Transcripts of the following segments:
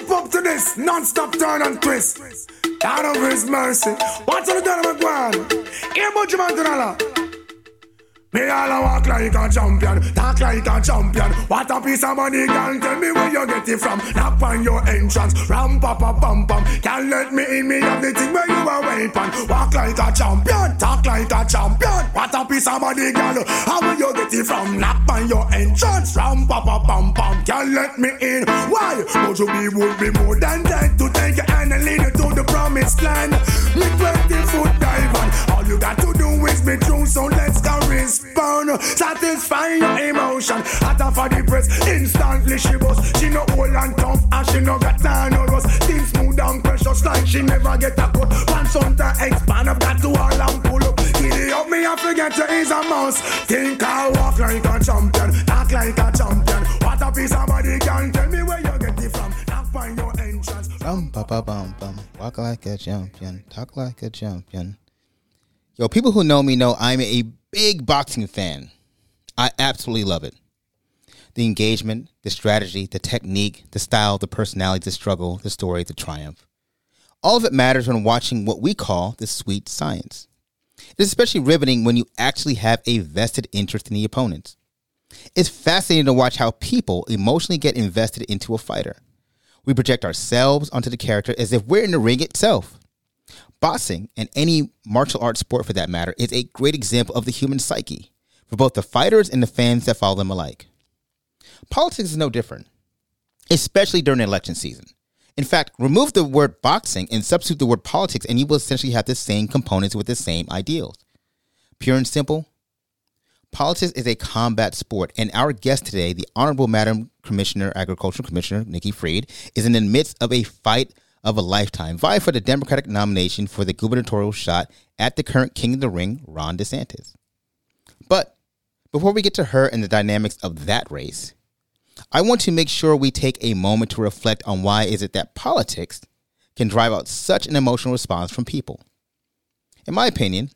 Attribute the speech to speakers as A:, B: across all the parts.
A: twist, non-stop turn and twist. God of His mercy. What's on the done of McGuire? Here, Bunch of Mantanala. Me all a walk like a champion, talk like a champion. What a piece of money, girl! Tell me where you get it from. Knock on your entrance, ram pa pa pam pam. Can't let me in, me have the thing where you are waiting on. Walk like a champion, talk like a champion. What a piece of money, girl! How will you get it from? Knock on your entrance, ram pa pa pam pam. Can't let me in. Why? Would you be would be more than dead to take your hand and lead you to the promised land? Me twenty foot dive on. All you got to do is be true, so let's go risk respond Satisfying your emotion Hot off of the press Instantly she bust She no old and tough And she no got none of us Things smooth and precious Like she never get a cut Pants on the expand I've got to all and pull up Giddy up me I forget you is a mouse Think I walk like a champion Talk like a champion What a piece of body can Tell me where you get it from Knock on your entrance
B: Bum, ba, ba, bum, bum. Walk like a champion. Talk like a champion. Yo, people who know me know I'm a big boxing fan. I absolutely love it. The engagement, the strategy, the technique, the style, the personality, the struggle, the story, the triumph. All of it matters when watching what we call the sweet science. It is especially riveting when you actually have a vested interest in the opponents. It's fascinating to watch how people emotionally get invested into a fighter. We project ourselves onto the character as if we're in the ring itself. Boxing, and any martial arts sport for that matter, is a great example of the human psyche for both the fighters and the fans that follow them alike. Politics is no different, especially during election season. In fact, remove the word boxing and substitute the word politics, and you will essentially have the same components with the same ideals. Pure and simple, Politics is a combat sport, and our guest today, the Honorable Madam Commissioner, Agricultural Commissioner Nikki Freed, is in the midst of a fight of a lifetime, vying for the Democratic nomination for the gubernatorial shot at the current King of the Ring, Ron DeSantis. But before we get to her and the dynamics of that race, I want to make sure we take a moment to reflect on why is it that politics can drive out such an emotional response from people. In my opinion,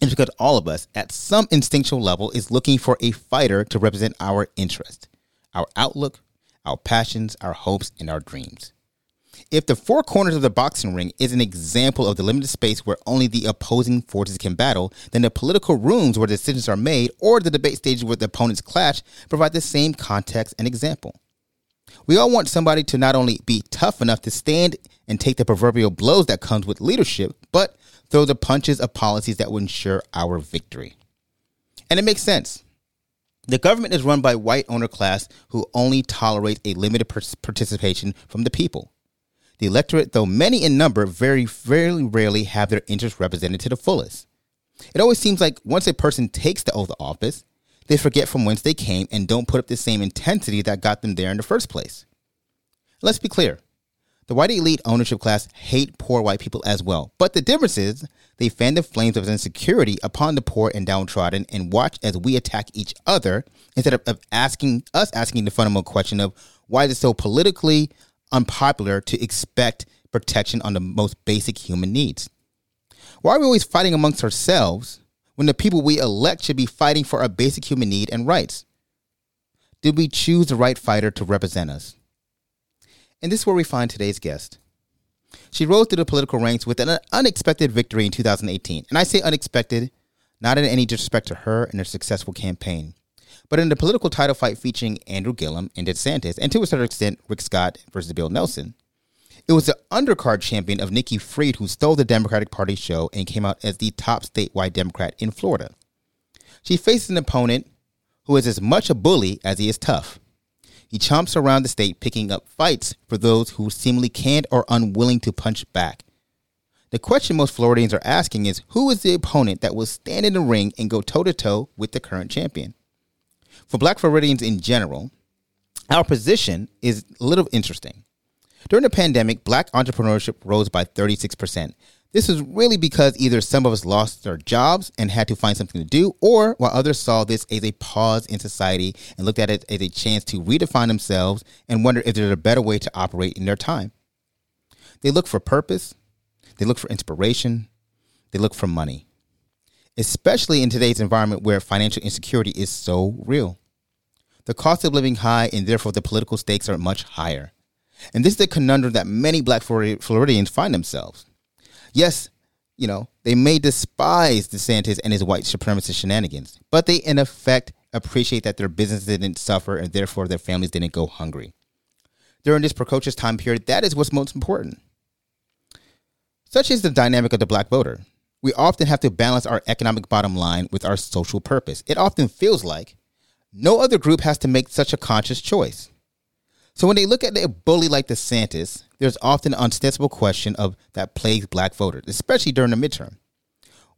B: it's because all of us, at some instinctual level, is looking for a fighter to represent our interest, our outlook, our passions, our hopes, and our dreams. If the four corners of the boxing ring is an example of the limited space where only the opposing forces can battle, then the political rooms where decisions are made or the debate stages where the opponents clash provide the same context and example. We all want somebody to not only be tough enough to stand and take the proverbial blows that comes with leadership, but throw the punches of policies that will ensure our victory. And it makes sense. The government is run by white owner class who only tolerates a limited par- participation from the people. The electorate, though many in number, very very rarely have their interests represented to the fullest. It always seems like once a person takes the oath of office, they forget from whence they came and don't put up the same intensity that got them there in the first place. Let's be clear. The white elite ownership class hate poor white people as well. But the difference is they fan the flames of insecurity upon the poor and downtrodden and watch as we attack each other instead of, of asking us asking the fundamental question of why is it so politically unpopular to expect protection on the most basic human needs. Why are we always fighting amongst ourselves when the people we elect should be fighting for our basic human need and rights? Did we choose the right fighter to represent us? And this is where we find today's guest. She rose through the political ranks with an unexpected victory in 2018. And I say unexpected, not in any disrespect to her and her successful campaign, but in the political title fight featuring Andrew Gillum and DeSantis, and to a certain extent, Rick Scott versus Bill Nelson. It was the undercard champion of Nikki Freed who stole the Democratic Party show and came out as the top statewide Democrat in Florida. She faces an opponent who is as much a bully as he is tough. He chomps around the state picking up fights for those who seemingly can't or unwilling to punch back. The question most Floridians are asking is who is the opponent that will stand in the ring and go toe to toe with the current champion? For black Floridians in general, our position is a little interesting. During the pandemic, black entrepreneurship rose by 36%. This is really because either some of us lost our jobs and had to find something to do, or while others saw this as a pause in society and looked at it as a chance to redefine themselves and wonder if there's a better way to operate in their time. They look for purpose, they look for inspiration, they look for money, especially in today's environment where financial insecurity is so real. The cost of living high and therefore the political stakes are much higher. And this is the conundrum that many black Flori- Floridians find themselves. Yes, you know, they may despise DeSantis and his white supremacist shenanigans, but they in effect appreciate that their business didn't suffer and therefore their families didn't go hungry. During this precocious time period, that is what's most important. Such is the dynamic of the black voter. We often have to balance our economic bottom line with our social purpose. It often feels like no other group has to make such a conscious choice. So when they look at a bully like DeSantis, there's often an ostensible question of that plagues black voters, especially during the midterm.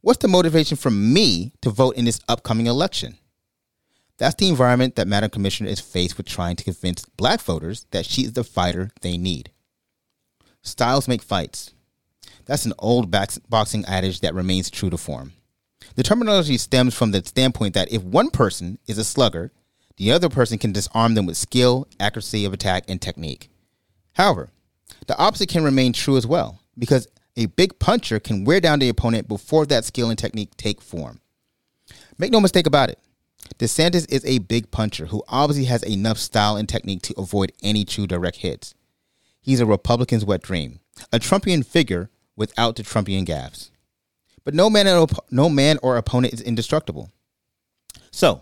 B: What's the motivation for me to vote in this upcoming election? That's the environment that Madam Commissioner is faced with trying to convince black voters that she is the fighter they need. Styles make fights. That's an old bax- boxing adage that remains true to form. The terminology stems from the standpoint that if one person is a slugger, the other person can disarm them with skill, accuracy of attack, and technique. However, the opposite can remain true as well, because a big puncher can wear down the opponent before that skill and technique take form. Make no mistake about it, DeSantis is a big puncher who obviously has enough style and technique to avoid any true direct hits. He's a Republican's wet dream, a Trumpian figure without the Trumpian gaffes. But no man, or op- no man or opponent is indestructible. So,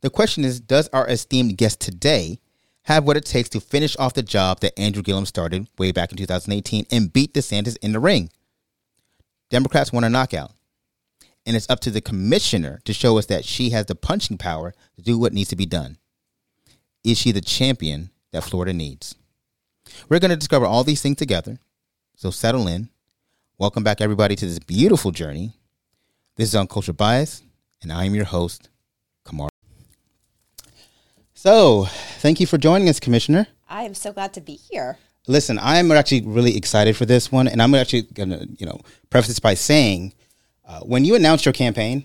B: the question is Does our esteemed guest today have what it takes to finish off the job that Andrew Gillum started way back in 2018 and beat DeSantis in the ring? Democrats want a knockout. And it's up to the commissioner to show us that she has the punching power to do what needs to be done. Is she the champion that Florida needs? We're going to discover all these things together. So settle in. Welcome back, everybody, to this beautiful journey. This is Uncultured Bias, and I am your host, Kamar. So, thank you for joining us, Commissioner.
C: I am so glad to be here.
B: Listen, I'm actually really excited for this one, and I'm actually going to, you know, preface this by saying, uh, when you announced your campaign,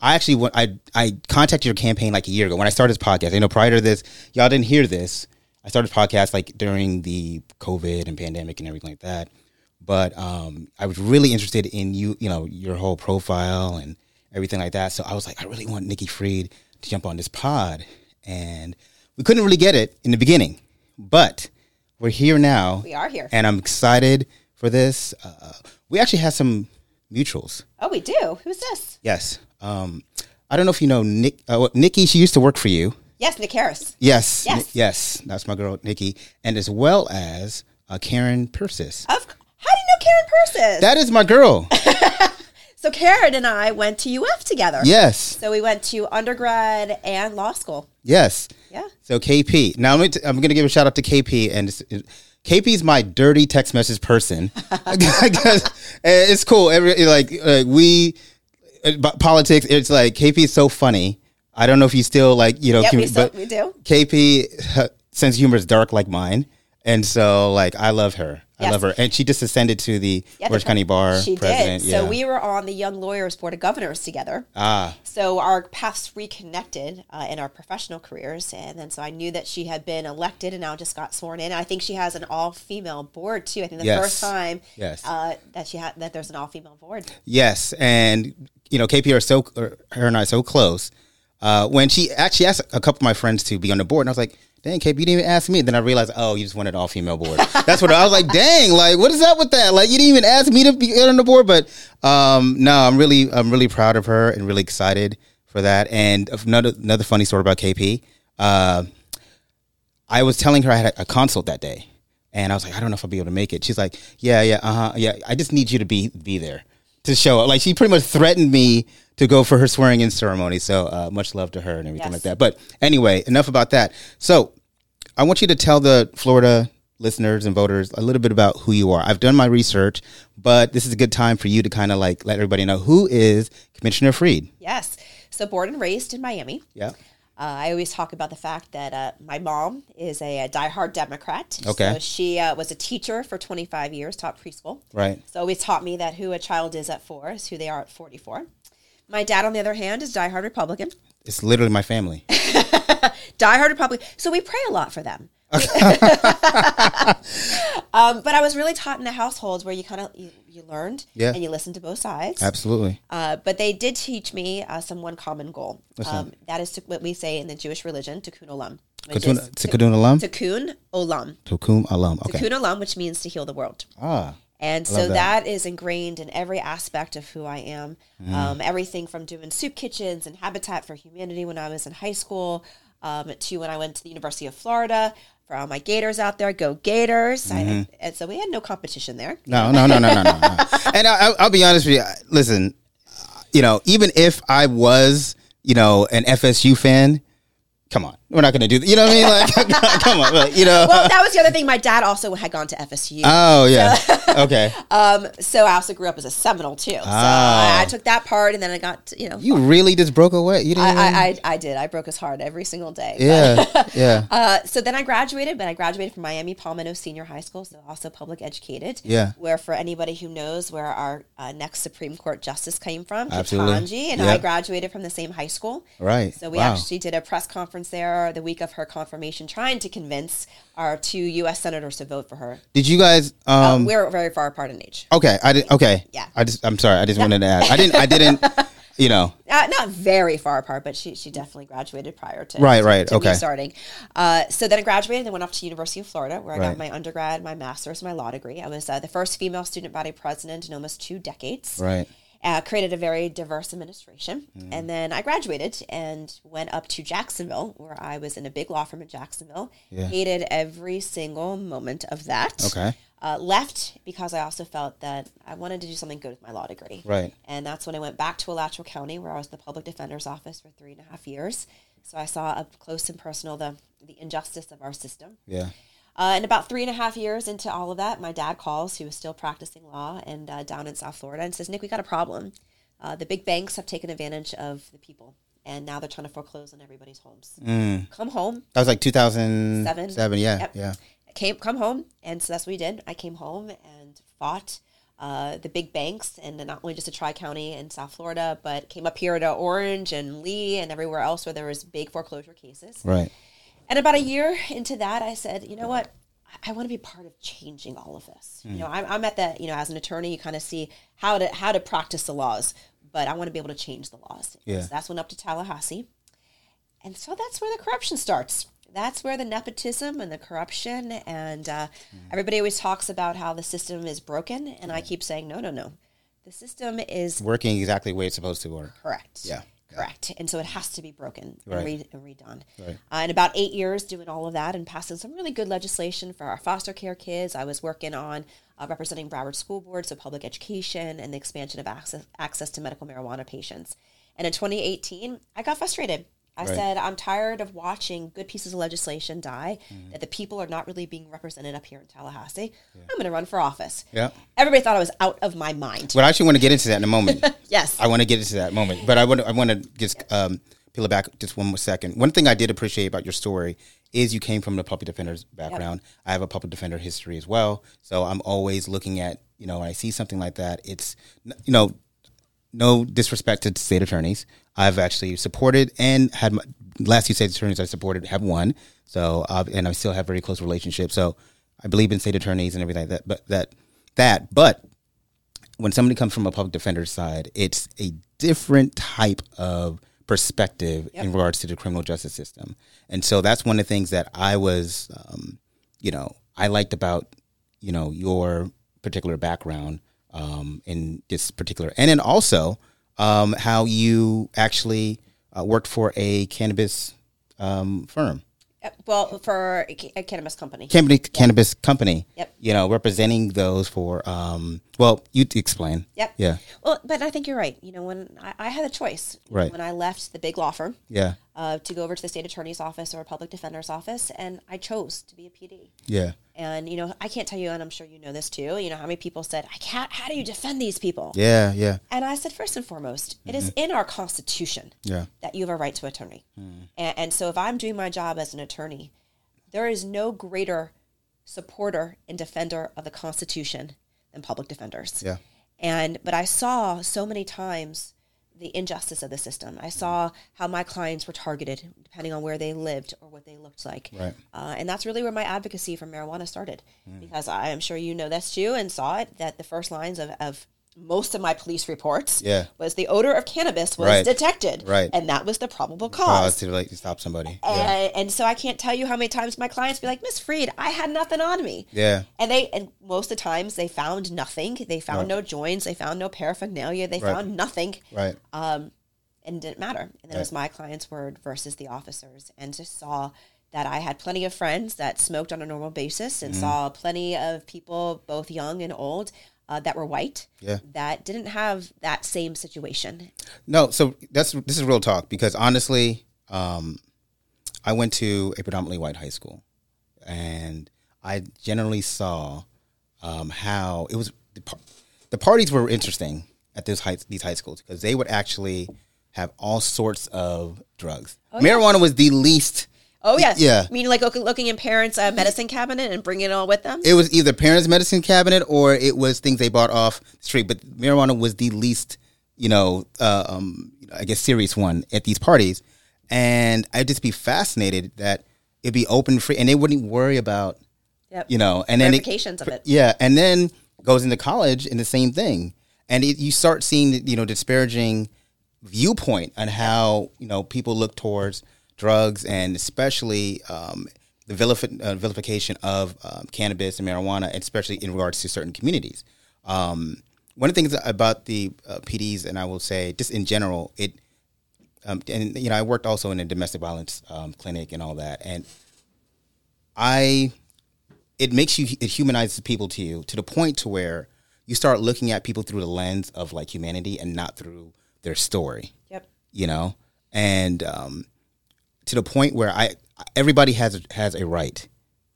B: I actually went, I I contacted your campaign like a year ago when I started this podcast. You know, prior to this, y'all didn't hear this. I started this podcast like during the COVID and pandemic and everything like that. But um, I was really interested in you, you know, your whole profile and everything like that. So I was like, I really want Nikki Freed to jump on this pod, and we couldn't really get it in the beginning, but we're here now.
C: We are here.
B: and I'm excited for this. Uh, we actually have some mutuals.
C: Oh, we do. Who's this?
B: Yes. Um, I don't know if you know Nick. Uh, well, Nikki, she used to work for you.
C: Yes, Nick Harris.
B: Yes.
C: Yes.
B: Ni- yes. That's my girl, Nikki. And as well as uh, Karen Persis.
C: Of how do you know Karen Persis?
B: That is my girl.
C: so Karen and I went to UF together.
B: yes.
C: So we went to undergrad and law school.
B: Yes.
C: Yeah.
B: So KP. Now I'm going, to, I'm going to give a shout out to KP and it's- it- KP's my dirty text message person. 'Cause, uh, it's cool. Every like uh, we uh, b- politics. It's like KP is so funny. I don't know if you still like you know.
C: Yep, we
B: commu-
C: still-
B: but
C: we do.
B: KP sense humor is dark like mine, and so like I love her. I
C: Yes.
B: love her, and she just ascended to the
C: Yeah, the
B: Orange
C: pre-
B: County Bar
C: She
B: president.
C: did.
B: Yeah.
C: So we were on the Young Lawyers Board of Governors together.
B: ah
C: so our paths reconnected uh, in our professional careers, and then so I knew that she had been elected and now just got sworn in. I think she has an all-female board too. I think the
B: Yes.
C: first time
B: Yes.
C: uh, that she had that there's an all-female board.
B: yes, and you know KP are so er, her and I are so close. Uh, when she actually asked a couple of my friends to be on the board, and I was like, "Dang, KP, you didn't even ask me." Then I realized, oh, you just wanted all female board. That's what I was like. Dang, like what is up with that? Like you didn't even ask me to be on the board, but um, no, I'm really, I'm really proud of her and really excited for that. And another, another funny story about KP. Uh, I was telling her I had a, a consult that day, and I was like, I don't know if I'll be able to make it. She's like, Yeah, yeah, uh huh, yeah. I just need you to be be there to show up. Like she pretty much threatened me to go for her swearing in ceremony. So uh, much love to her and everything
C: Yes.
B: like that. But anyway, enough about that. So I want you to tell the Florida listeners and voters a little bit about who you are. I've done my research, but this is a good time for you to kind of like let everybody know who is Commissioner Freed.
C: Yes. So born and raised in Miami.
B: Yeah.
C: Uh, I always talk about the fact that uh, my mom is a, a diehard Democrat.
B: Okay.
C: So she uh, was a teacher for 25 years, taught preschool.
B: Right.
C: So always taught me that who a child is at four is who they are at 44. My dad, on the other hand, is diehard Republican.
B: It's literally my family.
C: Diehard Republican. So we pray a lot for them. um, but I was really taught in the households where you kind of you, you learned
B: Yeah.
C: and you listened to both sides.
B: Absolutely.
C: Uh, but they did teach me uh, some one common goal. Um, that is to, what we say in the Jewish religion, tikkun olam. which
B: Katuna,
C: is
B: Tikkun Alam?
C: Tikkun Olam.
B: Tukum Alam. Okay.
C: Tikkun Olam, which means to heal the world.
B: Ah.
C: And so
B: love that. Mm.
C: that is ingrained in every aspect of who I am. Um, everything from doing soup kitchens and Habitat for Humanity when I was in high school um, to when I went to the University of Florida for all my Gators out there, go Gators.
B: Mm-hmm.
C: I, and so we had no competition there.
B: No, no, no, no, no, no. no. and I, I'll- I'll be honest with you. I- Listen, you know, even if I was, you know, an FSU fan, come on, we're not going to do that. You know what I mean? Like, come on, like, you know.
C: Well, Oh, that was the other thing. My dad also had gone to FSU.
B: oh yeah. Okay.
C: Um, so I also grew up as a Seminole too. So I, I took that part, and then I got you know.
B: Ah. You really just broke away. You didn't. even-
C: I, I, I, I did. I broke his heart every single day.
B: yeah. Yeah.
C: Uh, so then I graduated, but I graduated from Miami Palmetto Senior High School, so also public educated.
B: Yeah.
C: Where, for anybody who knows where our uh, next Supreme Court justice came from,
B: Absolutely.
C: Ketanji, and
B: Yeah.
C: I graduated from the same high school.
B: Right.
C: So we
B: Wow.
C: actually did a press conference there the week of her confirmation, trying to convince our two U.S. senators to vote for her.
B: Did you guys?
C: Uh,
B: Um.
C: we're very far apart in age.
B: okay. I did. Okay.
C: Yeah.
B: I just. I'm sorry. I just wanted to ask. I didn't. I didn't. You know.
C: uh, not very far apart, but she, she definitely graduated prior to
B: Right,
C: to-
B: right,
C: to me
B: okay.
C: starting. Uh, so then I graduated, and then went off to University of Florida, where I
B: Right.
C: got my undergrad, my master's, my law degree. I was uh, the first female student body president in almost two decades.
B: Right.
C: Uh, created a very diverse administration,
B: Mm.
C: and then I graduated and went up to Jacksonville, where I was in a big law firm in Jacksonville.
B: Yeah.
C: Hated every single moment of that.
B: Okay.
C: Uh, left because I also felt that I wanted to do something good with my law degree.
B: Right.
C: And that's when I went back to Alachua County, where I was the public defender's office for three and a half years. So I saw up close and personal the, the injustice of our system.
B: Yeah.
C: Uh, and about three and a half years into all of that, my dad calls, who is still practicing law and uh, down in South Florida, and says, Nick, we got a problem. Uh, the big banks have taken advantage of the people, and now they're trying to foreclose on everybody's homes. Come home,
B: That was like 2007.
C: Seven.
B: Mm. Yeah.
C: Yep.
B: Yeah.
C: came come home, and so that's what we did. I came home and fought uh, the big banks, and not only just a Tri County in South Florida, but came up here to Orange and Lee and everywhere else where there was big foreclosure cases.
B: Right.
C: And about a year into that, I said, you know what? I, I want to be part of changing all of this. You know, I'm, I'm at the you know as an attorney, you kind of see how to how to practice the laws, but I want to be able to change the laws.
B: Yeah.
C: So that's when up to Tallahassee, and so that's where the corruption starts. That's where the nepotism and the corruption and uh, everybody always talks about how the system is broken, and I keep saying no, no, no. The system is
B: Working exactly the way it's supposed to work.
C: Correct.
B: Yeah.
C: Correct. And so it has to be broken and,
B: Right.
C: re- and redone.
B: Right.
C: Uh, in about eight years, doing all of that and passing some really good legislation for our foster care kids. I was working on uh, representing Broward School Board, so public education and the expansion of access, access to medical marijuana patients. And in 2018, I got frustrated. I
B: Right.
C: said, I'm tired of watching good pieces of legislation die,
B: Mm-hmm.
C: that the people are not really being represented up here in Tallahassee. I'm going to run for office.
B: Yeah.
C: Everybody thought I was out of my mind.
B: But I actually want to get into that in a moment.
C: Yes.
B: I want to get into that moment, but I want to, I want to just um, peel it back just one more second. One thing I did appreciate about your story is you came from the public defender's background. I have a public defender history as well, so I'm always looking at you know when I see something like that, it's you know no disrespect to state attorneys. I've actually supported and had my, last two state attorneys I supported have won. So uh, and I still have very close relationships. So I believe in state attorneys and everything like that. But that that but when somebody comes from a public defender's side, it's a different type of perspective in regards to the criminal justice system. And so that's one of the things that I was, um, you know, I liked about, you know, your particular background um, in this particular, and then also um, how you actually uh, worked for a cannabis um, firm
C: Uh, Well, for a ca- a cannabis company.
B: company, cannabis company.
C: Yep.
B: You know, representing those for. Um, well, you explain.
C: Yep.
B: Yeah.
C: Well, but I think you're right. You know, when I, I had a choice you know,
B: Right.
C: when I left the big law firm
B: Yeah.
C: uh, to go over to the state attorney's office or a public defender's office, and I chose to be a PD.
B: Yeah.
C: And you know, I can't tell you, and I'm sure you know this too. You know, how many people said, "I can't." How do you defend these people?
B: Yeah. Yeah.
C: And I said, first and foremost, it is in our constitution
B: Yeah.
C: that you have a right to attorney. And, and so, if I'm doing my job as an attorney, there is no greater supporter and defender of the Constitution than public defenders.
B: Yeah.
C: And but I saw so many times the injustice of the system. I saw how my clients were targeted depending on where they lived or what they looked like.
B: Right. Mm.
C: Uh, and that's really where my advocacy for marijuana started because I am sure you know this too and saw it that the first lines of, of most of my police reports
B: Yeah.
C: was the odor of cannabis was
B: Right.
C: detected.
B: Right.
C: And that was the probable cause.
B: Pause to like stop somebody. Yeah.
C: And, and so I can't tell you how many times my clients be like, Miss Freed, I had nothing on me.
B: Yeah.
C: And they, and most of the times they found nothing. They found no joints. They found no paraphernalia. They
B: Right.
C: found nothing
B: Right.
C: and it didn't matter. And then it was my client's word versus the officer's, and just saw that I had plenty of friends that smoked on a normal basis,
B: Mm-hmm.
C: and saw plenty of people, both young and old, uh, that were white,
B: Yeah.
C: that didn't have that same situation.
B: No, so that's this is real talk because honestly, um, I went to a predominantly white high school, and I generally saw um, how it was. The, par- the parties were interesting at those high, these high schools because they would actually have all sorts of drugs. Marijuana was the least.
C: Oh yeah,
B: yeah.
C: I mean, like look- looking in parents' uh, medicine cabinet and bringing it all with them.
B: It was either parents' medicine cabinet or it was things they bought off the street. But marijuana was the least, you know, uh, um, I guess serious one at these parties, and I'd just be fascinated that it'd be open free, and they wouldn't worry about,
C: Yep.
B: you know, and then it-
C: Ramifications of it.
B: yeah, and then goes into college and the same thing, and it, you start seeing you know disparaging viewpoint on how you know people look towards drugs and especially um, the vilif- uh, vilification of um, cannabis and marijuana, especially in regards to certain communities. Um, one of the things about the uh, PDs, and I will say just in general, it um, and you know I worked also in a domestic violence um, clinic and all that, and I it makes you it humanizes people to you to the point to where you start looking at people through the lens of like humanity and not through their story
C: Yep.
B: you know and um, to the point where i everybody has has a right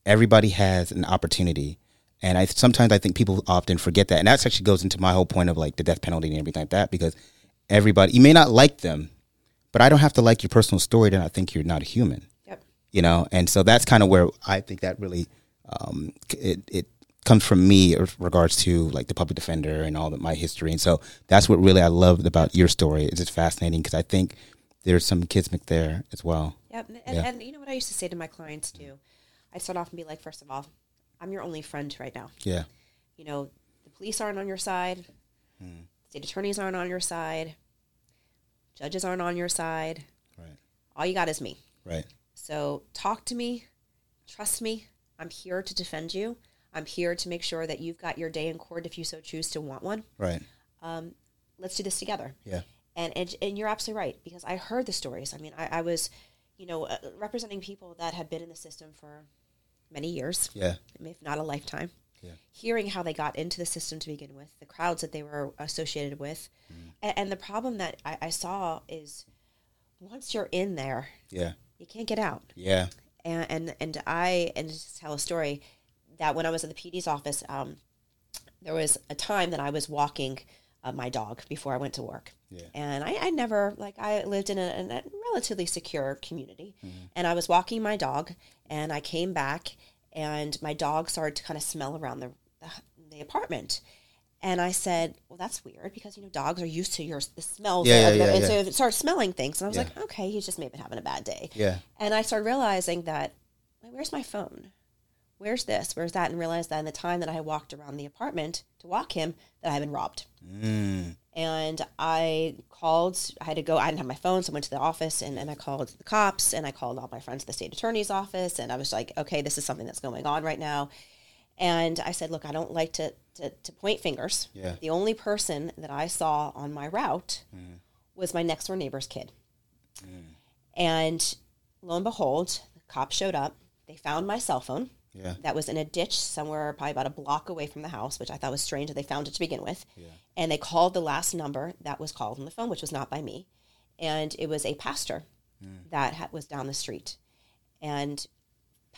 B: everybody has an opportunity and i sometimes i think people often forget that and that actually goes into my whole point of like the death penalty and everything like that because everybody you may not like them but i don't have to like your personal story to not think you're not a human
C: Yep.
B: you know and so that's kind of where i think that really um, c- it, it comes from me in regards to like the public defender and all that my history and so that's what really i loved about your story it's just fascinating because i think there's some kismet there as well
C: Yep. And, and, and you know what I used to say to my clients too? I'd start off and be like, first of all, I'm your only friend right now.
B: yeah
C: you know, the police aren't on your side, state attorneys aren't on your side, judges aren't on your side.
B: right
C: All you got is me.
B: right
C: So talk to me, trust me. I'm here to defend you. I'm here to make sure that you've got your day in court if you so choose to want one.
B: right
C: Let's do this together.
B: yeah
C: And, and and you're absolutely right because I heard the stories. I mean, I, I was, you know, uh, representing people that had been in the system for many years
B: yeah
C: if not a lifetime.
B: Yeah.
C: Hearing how they got into the system to begin with, the crowds that they were associated with, A- and, the problem that I, I saw is once you're in there,
B: yeah
C: you can't get out.
B: yeah
C: And and, and I and just to tell a story that when I was at the PD's office, um, there was a time that I was walking uh, my dog before I went to work.
B: Yeah.
C: And I, I never, like, I lived in a, in a relatively secure community.
B: Mm-hmm.
C: And I was walking my dog, and I came back, and my dog started to kind of smell around the, the apartment. And I said, Well, that's weird because, you know, dogs are used to your the smells.
B: Yeah,
C: of
B: yeah,
C: them.
B: yeah,
C: and so
B: yeah.
C: it started smelling things. And I was
B: Yeah.
C: like, Okay, he's just maybe having a bad day.
B: yeah
C: And I started realizing that, like, where's my phone? Where's this? Where's that? And realized that in the time that I had walked around the apartment to walk him, that I had been robbed. And I called, I had to go, I didn't have my phone, so I went to the office and, and I called the cops and I called all my friends at the state attorney's office. And I was like, okay, this is something that's going on right now. And I said, look, I don't like to, to, to point fingers.
B: Yeah.
C: The only person that I saw on my route was my next door neighbor's kid. And lo and behold, the cops showed up. They found my cell phone
B: yeah
C: that was in a ditch somewhere, probably about a block away from the house, which I thought was strange that they found it to begin with. And they called the last number that was called on the phone, which was not by me. And it was a pastor that ha- was down the street. And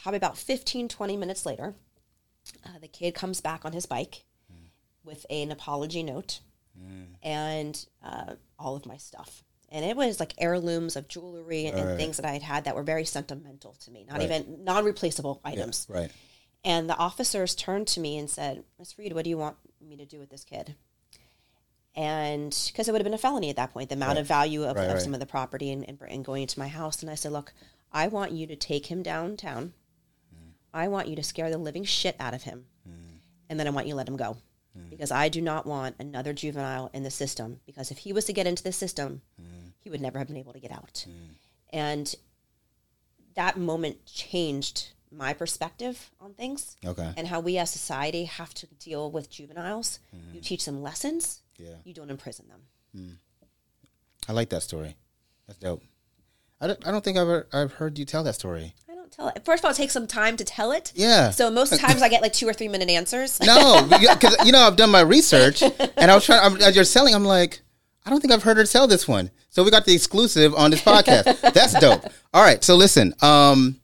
C: probably about 15, 20 minutes later, uh, the kid comes back on his bike with an apology note and uh, all of my stuff. And it was like heirlooms of jewelry and,
B: Alright.
C: things that I had had that were very sentimental to me, not even non replaceable items.
B: right
C: And the officers turned to me and said, Miss Reed, what do you want me to do with this kid? And because it would have been a felony at that point, the amount of value of,
B: Right,
C: of
B: right.
C: some of the property and, and, and going into my house. And I said, Look, I want you to take him
B: Hmm.
C: downtown. I want you to scare the living shit out of him. And then I want you to let him go.
B: Hmm.
C: because I do not want another juvenile in the system. Because if he was to get into the system, he would never have been able to get out.
B: Mm.
C: And that moment changed my perspective on things
B: Okay.
C: and how we as society have to deal with juveniles.
B: Mm-hmm.
C: You teach them lessons,
B: Yeah.
C: you don't imprison them.
B: I like that story. That's dope. I don't, I don't think I've ever, I've heard you tell that story.
C: I don't tell it. First of all, it takes some time to tell it.
B: Yeah.
C: So most times I get like two or three minute answers.
B: No, because you know I've done my research, and I was trying. I'm, as you're selling, I'm like, I don't think I've heard her sell this one. So we got the exclusive on this podcast. That's dope. All right, so listen, um,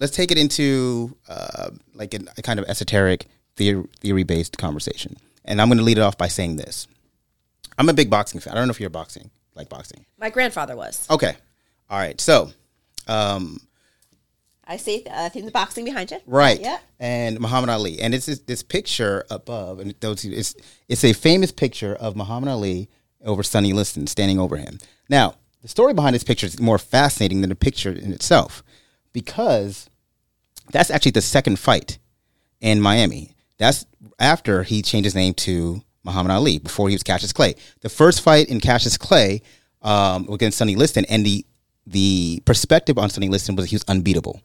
B: let's take it into uh, like an- a kind of esoteric theory based conversation, and I'm going to lead it off by saying this. I'm a big boxing fan. I don't know if you're boxing, like boxing.
C: My grandfather was.
B: Okay, all right. So, um,
C: I see. uh, I think the boxing behind you.
B: Right.
C: Yeah.
B: And Muhammad Ali. And it's this, this picture above, and those who- it's it's a famous picture of Muhammad Ali over Sonny Liston standing over him. Now, the story behind this picture is more fascinating than the picture in itself, because that's actually the second fight in Miami. That's after he changed his name to Muhammad Ali. Before he was Cassius Clay. The first fight in Cassius Clay um, against Sonny Liston, and the the perspective on Sonny Liston was he was unbeatable.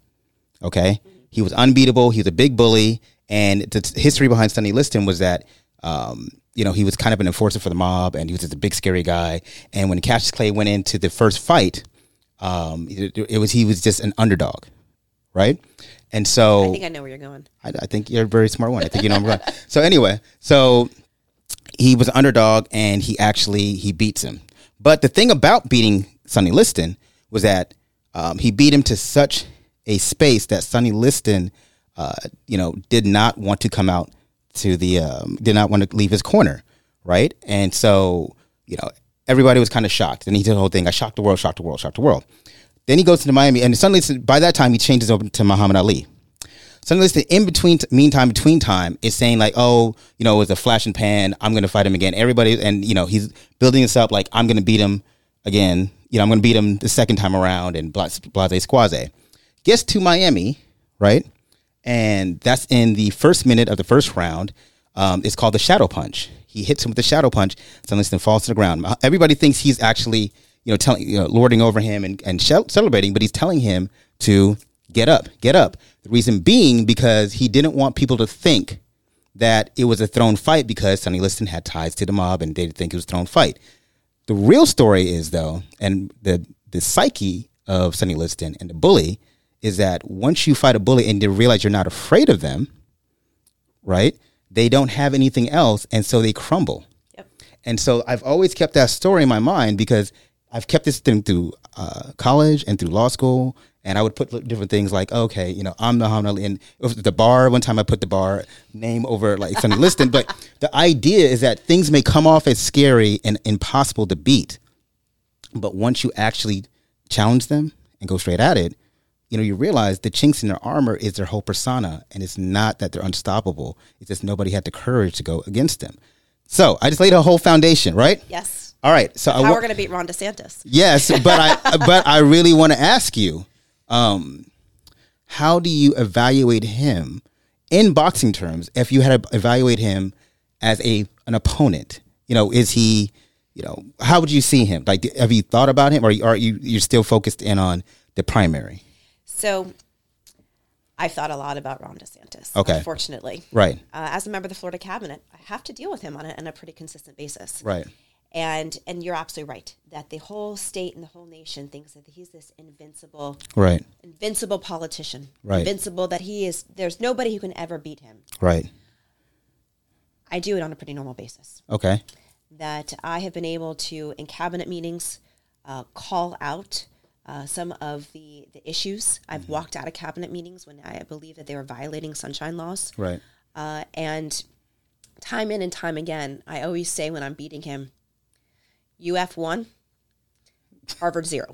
B: Okay, he was unbeatable. He was a big bully, and the t- history behind Sonny Liston was that um, you know he was kind of an enforcer for the mob, and he was just a big scary guy. And when Cassius Clay went into the first fight, um, it, it was he was just an underdog, right? And so
C: I think I know where you're going.
B: I, I think you're a very smart one. I think you know I'm right. So anyway, so he was an underdog and he actually he beats him. But the thing about beating Sonny Liston was that um, he beat him to such a space that Sonny Liston, uh, you know, did not want to come out to the um, did not want to leave his corner, right? And so you know everybody was kind of shocked, and he did the whole thing. I shocked the world, shocked the world, shocked the world. Then he goes to Miami, and Sonny Liston. By that time, he changes over to Muhammad Ali. So listen, in between, meantime, between time is saying like, oh, you know, it was a flash and pan. I'm gonna fight him again. Everybody, and you know, he's building this up like I'm gonna beat him again. You know, I'm gonna beat him the second time around and blase blase squaze. Gets to Miami, right? And that's in the first minute of the first round. Um, it's called the shadow punch. He hits him with the shadow punch. So Livingston falls to the ground. Uh, Everybody thinks he's actually, you know, telling, you know, lording over him and and shel- celebrating, but he's telling him to get up, get up. The reason being because he didn't want people to think that it was a thrown fight because Sonny Liston had ties to the mob and they didn't think it was a thrown fight. The real story is though, and the the psyche of Sonny Liston and the bully is that once you fight a bully and they realize you're not afraid of them, right? They don't have anything else, and so they crumble.
C: Yep.
B: And so I've always kept that story in my mind because I've kept this thing through uh, college and through law school. And I would put li- different things like, okay, you know, I'm the Ali. And it was the bar, one time I put the bar name over like Sonny Liston. But the idea is that things may come off as scary and impossible to beat. But once you actually challenge them and go straight at it, you know, you realize the chinks in their armor is their whole persona. And it's not that they're unstoppable, it's just nobody had the courage to go against them. So I just laid a whole foundation, right?
C: Yes.
B: All right. So I
C: How
B: wa-
C: we're going to beat Ron DeSantis.
B: yes, but I but I really want to ask you, um, how do you evaluate him in boxing terms? If you had to evaluate him as a an opponent, you know, is he, you know, how would you see him? Like, have you thought about him, or are you you're still focused in on the primary?
C: So I've thought a lot about Ron DeSantis.
B: Okay.
C: Unfortunately.
B: Right,
C: Uh, as a member of the Florida cabinet, I have to deal with him on a, on a pretty consistent basis.
B: right,
C: And and you're absolutely right that the whole state and the whole nation thinks that he's this invincible,
B: right,
C: invincible politician.
B: Right.
C: Invincible that he is. There's nobody who can ever beat him.
B: right.
C: I do it on a pretty normal basis.
B: Okay,
C: that I have been able to, in cabinet meetings, uh, call out uh, some of the, the issues. I've
B: Mm-hmm.
C: walked out of cabinet meetings when I believe that they were violating sunshine laws.
B: right,
C: Uh, and time in and time again, I always say when I'm beating him, UF1, Harvard 0.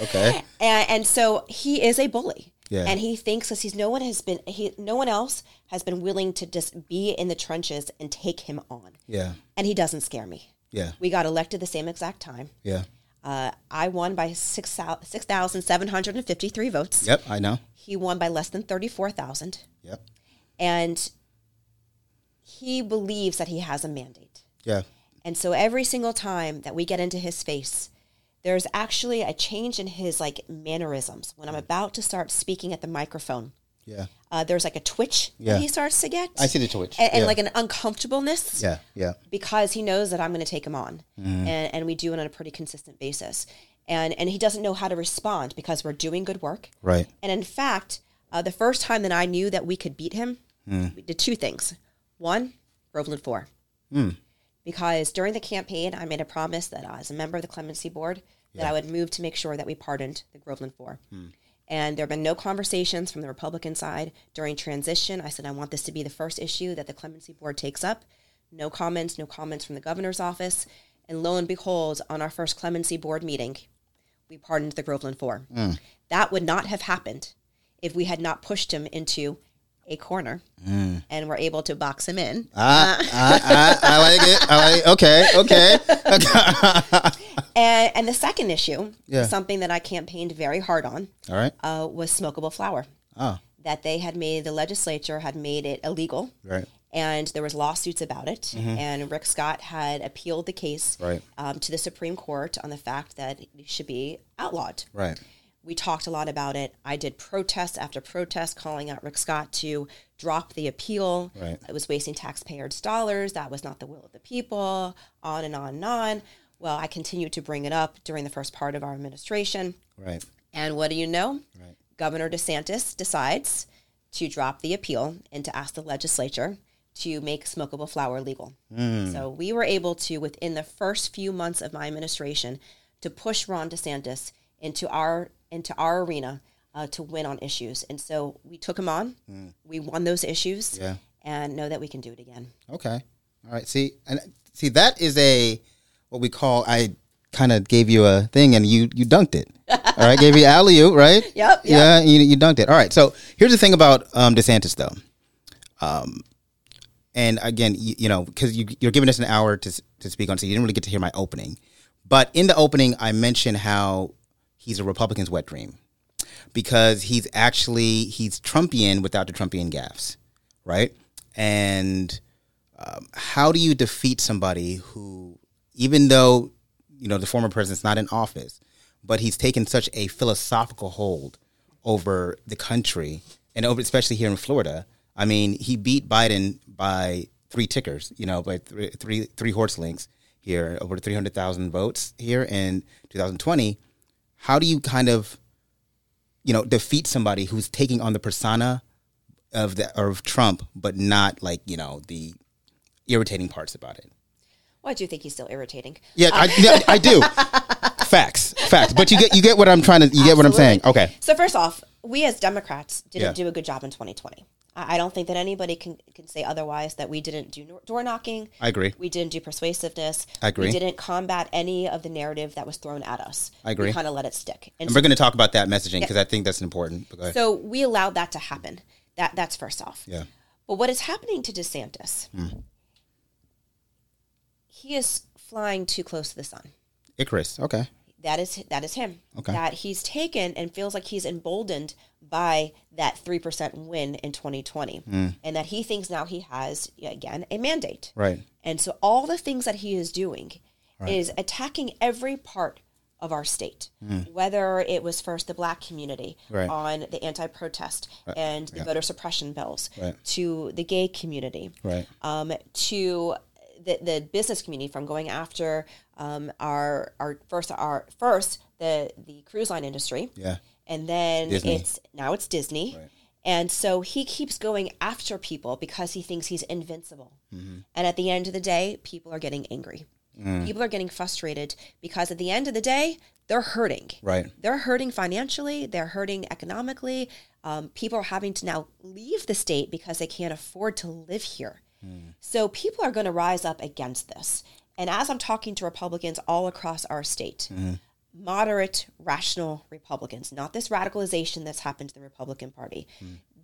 B: okay,
C: and, and so he is a bully.
B: Yeah.
C: And he thinks because he's no one has been he no one else has been willing to just be in the trenches and take him on,
B: yeah,
C: and he doesn't scare me.
B: yeah,
C: We got elected the same exact time.
B: yeah.
C: Uh, I won by six thou- 6,753 votes.
B: Yep, I know.
C: He won by less than 34,000.
B: Yep,
C: And he believes that he has a mandate.
B: Yeah.
C: And so every single time that we get into his face, there's actually a change in his like mannerisms. When I'm about to start speaking at the microphone,
B: Yeah.
C: uh, there's like a twitch
B: Yeah.
C: that he starts to get.
B: I see the twitch.
C: And, and
B: Yeah.
C: like an uncomfortableness
B: Yeah. Mm-hmm. Yeah.
C: because he knows that I'm going to take him on, and, and we do it on a pretty consistent basis. And and he doesn't know how to respond because we're doing good work.
B: Right.
C: And in fact, uh, the first time that I knew that we could beat him, we did two things. One, Groveland Four, because during the campaign, I made a promise that as a member of the clemency board, that I would move to make sure that we pardoned the Groveland Four. And there have been no conversations from the Republican side during transition. I said, I want this to be the first issue that the clemency board takes up. No comments, no comments from the governor's office. And lo and behold, on our first clemency board meeting, we pardoned the Groveland Four.
B: Mm.
C: That would not have happened if we had not pushed him into a corner
B: Mm.
C: and were able to box him in.
B: Ah. I, I like it. I like. Okay. Okay.
C: And, and the second issue,
B: Yeah.
C: something that I campaigned very hard on,
B: All right.
C: uh, was smokable flour.
B: Oh.
C: That they had made, the legislature had made it illegal.
B: Right.
C: And there was lawsuits about it, and Rick Scott had appealed the case
B: Mm-hmm. Right.
C: um, to the Supreme Court on the fact that it should be outlawed.
B: Right.
C: We talked a lot about it. I did protest after protest, calling out Rick Scott to drop the appeal.
B: Right.
C: It was wasting taxpayers' dollars. That was not the will of the people. On and on and on. Well, I continued to bring it up during the first part of our administration.
B: Right.
C: And what do you know?
B: Right.
C: Governor DeSantis decides to drop the appeal and to ask the legislature to make smokable flour legal.
B: Hmm.
C: So we were able to, within the first few months of my administration, to push Ron DeSantis into our into our arena uh, to win on issues. And so we took him on. We won those issues.
B: Hmm. Yeah.
C: And know that we can do it again.
B: Okay. All right. See, and see that is a what we call. I kind of gave you a thing, and you you dunked it. All right. gave you alley oop. Right.
C: Yep, yep.
B: Yeah. You you dunked it. All right. So here's the thing about um, DeSantis though. Um, and again, you, you know, because you you're giving us an hour to s- to speak on, so you didn't really get to hear my opening. But in the opening, I mentioned how he's a Republican's wet dream because he's actually he's Trumpian without the Trumpian gaffes, right? And um, how do you defeat somebody who, even though you know the former president's not in office, but he's taken such a philosophical hold over the country and over, especially here in Florida? I mean, he beat Biden by three tickers, you know, by three three, three horse lengths here, over three hundred thousand votes here in 2020. How do you kind of, you know, defeat somebody who's taking on the persona of the of Trump, but not like you know the irritating parts about it.
C: Well, I do think he's still irritating.
B: Yeah, I, yeah, I do. Facts, facts. But you get you get what I'm trying to. You get what I'm saying.
C: Absolutely.
B: Okay.
C: So first off, we as Democrats didn't
B: Yeah.
C: do a good job in 2020. I I don't think that anybody can, can say otherwise that we didn't do no- door knocking.
B: I agree.
C: We didn't do persuasiveness.
B: I agree.
C: We didn't combat any of the narrative that was thrown at us.
B: I agree.
C: We kind of let it stick. And
B: And we're going to talk about that messaging because I think that's important. But go ahead.
C: so we allowed that to happen. That that's first off.
B: yeah. Hmm.
C: But what is happening to DeSantis? He is flying too close to the sun.
B: Icarus. Okay.
C: That is that is him.
B: Okay.
C: That he's taken and feels like he's emboldened by that three percent win in 2020, and that he thinks now he has again a mandate.
B: Mm. Right.
C: And so all the things that he is doing is attacking every part of our state, whether it was first the black community
B: Mm. Right. Uh,
C: on the anti-protest and the voter suppression bills,
B: Right.
C: to the gay community,
B: Right.
C: um, to the, the business community from going after um, our our first our first the the cruise line industry,
B: Yeah.
C: and then
B: Disney.
C: it's now it's Disney. And so he keeps going after people because he thinks he's invincible.
B: Mm-hmm.
C: And at the end of the day, people are getting angry.
B: Mm.
C: People are getting frustrated because at the end of the day, they're hurting.
B: Right.
C: They're hurting financially, they're hurting economically. Um, people are having to now leave the state because they can't afford to live here. So people are going to rise up against this. And as I'm talking to Republicans all across our state, moderate, rational Republicans, not this radicalization that's happened to the Republican Party,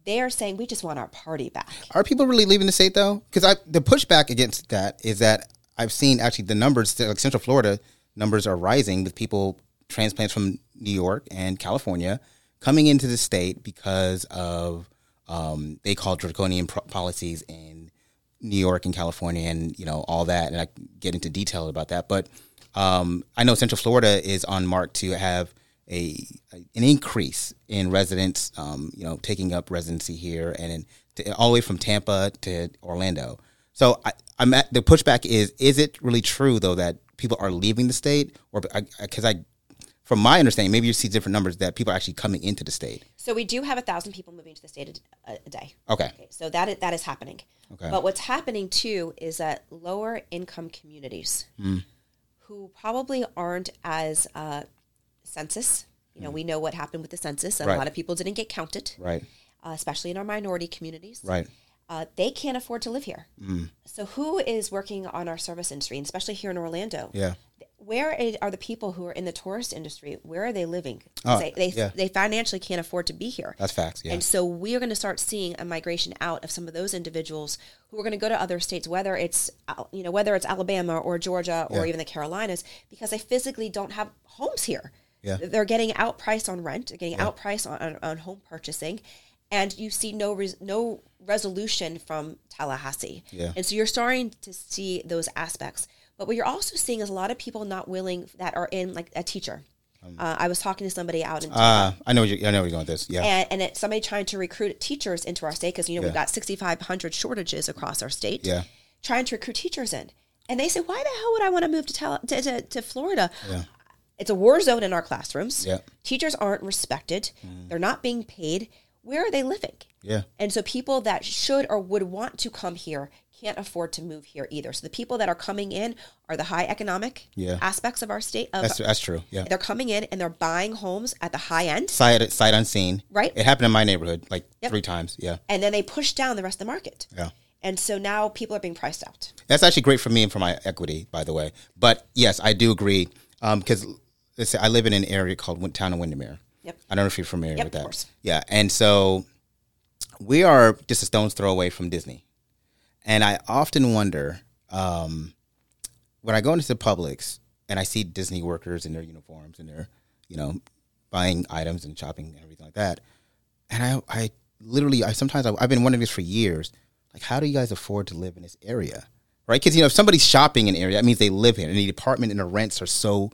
C: they are saying we just want our party back.
B: Are people really leaving the state though? Because I the pushback against that is that I've seen actually the numbers like Central Florida numbers are rising with people transplants from New York and California coming into the state because of um, they call draconian pro- policies and New York and California and you know all that, and I can get into detail about that. But um, I know Central Florida is on mark to have a an increase in residents, um, you know, taking up residency here, and in, to, all the way from Tampa to Orlando. So I, I'm at, the pushback is: is it really true though that people are leaving the state, or because I, from my understanding, maybe you see different numbers that people are actually coming into the state.
C: So we do have a thousand people moving to the state a, a day.
B: Okay.
C: Okay, so that is, that is happening.
B: Okay.
C: But what's happening too is that lower income communities
B: Hmm.
C: who probably aren't as uh, census. You know, we know what happened with the census. and
B: Hmm. Right.
C: A lot of people didn't get counted,
B: Right.
C: uh, especially in our minority communities.
B: Right. Hmm.
C: Uh, they can't afford to live here. So who is working on our service industry, and especially here in Orlando?
B: Yeah.
C: where i- are the people who are in the tourist industry? Where are they living?
B: Oh,
C: they they,
B: yeah.
C: they financially can't afford to be here.
B: That's facts. Yeah.
C: And so we are going to start seeing a migration out of some of those individuals who are going to go to other states, whether it's uh, you know whether it's Alabama or Georgia or
B: Yeah.
C: even the Carolinas, because they physically don't have homes here.
B: Yeah.
C: They're getting outpriced on rent, they're getting outpriced on, on, on home purchasing, and you see no res- no resolution from Tallahassee.
B: Yeah.
C: And so you're starting to see those aspects. But what you're also seeing is a lot of people not willing that are in like a teacher.
B: Um.
C: uh, I was talking to somebody out in
B: Uh, I know. What you, I know where you're going with this. Yeah.
C: and, and it's somebody trying to recruit teachers into our state because you know we've got 6500 shortages across our state
B: Yeah.
C: trying to recruit teachers in and they say why the hell would i want to move to, tel- to, to, to florida
B: Yeah.
C: it's a war zone in our classrooms
B: Yeah. Mm.
C: teachers aren't respected they're not being paid where are they living
B: Yeah.
C: and so people that should or would want to come here can't afford to move here either so the people that are coming in are the high economic
B: Yeah.
C: aspects of our state of,
B: That's that's true. Yeah.
C: they're coming in and they're buying homes at the high end
B: Sight sight unseen.
C: Right.
B: It happened in my neighborhood like
C: Yep.
B: three times. Yeah.
C: and then they push down the rest of the market.
B: Yeah.
C: And so now people are being priced out.
B: That's actually great for me and for my equity, by the way. But yes, I do agree um, because I live in an area called Win- Town of Windermere.
C: Yep.
B: I don't know if you're familiar
C: Yep,
B: with
C: of
B: that.
C: course.
B: Yeah, and so we are just a stone's throw away from Disney, and I often wonder um, when I go into the Publix and I see Disney workers in their uniforms and their, you know, buying items and shopping and everything like that, and I, I literally, I sometimes I, I've been wondering this for years, like how do you guys afford to live in this area, right? Because you know if somebody's shopping in an area, that means they live here, and the apartment and the rents are so,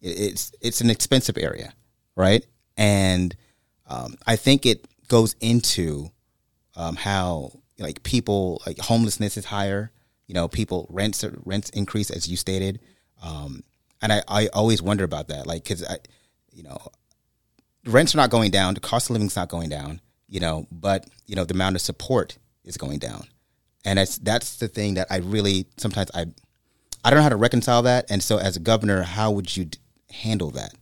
B: it- it's it's an expensive area, right? And um, I think it goes into um, how like people like homelessness is higher. You know, people rents rents increase as you stated, um, and I, I always wonder about that, like because I, you know, rents are not going down, the cost of living's not going down, you know, but you know the amount of support is going down, and that's that's the thing that I really sometimes I I don't know how to reconcile that, and so as a governor, how would you d- handle that?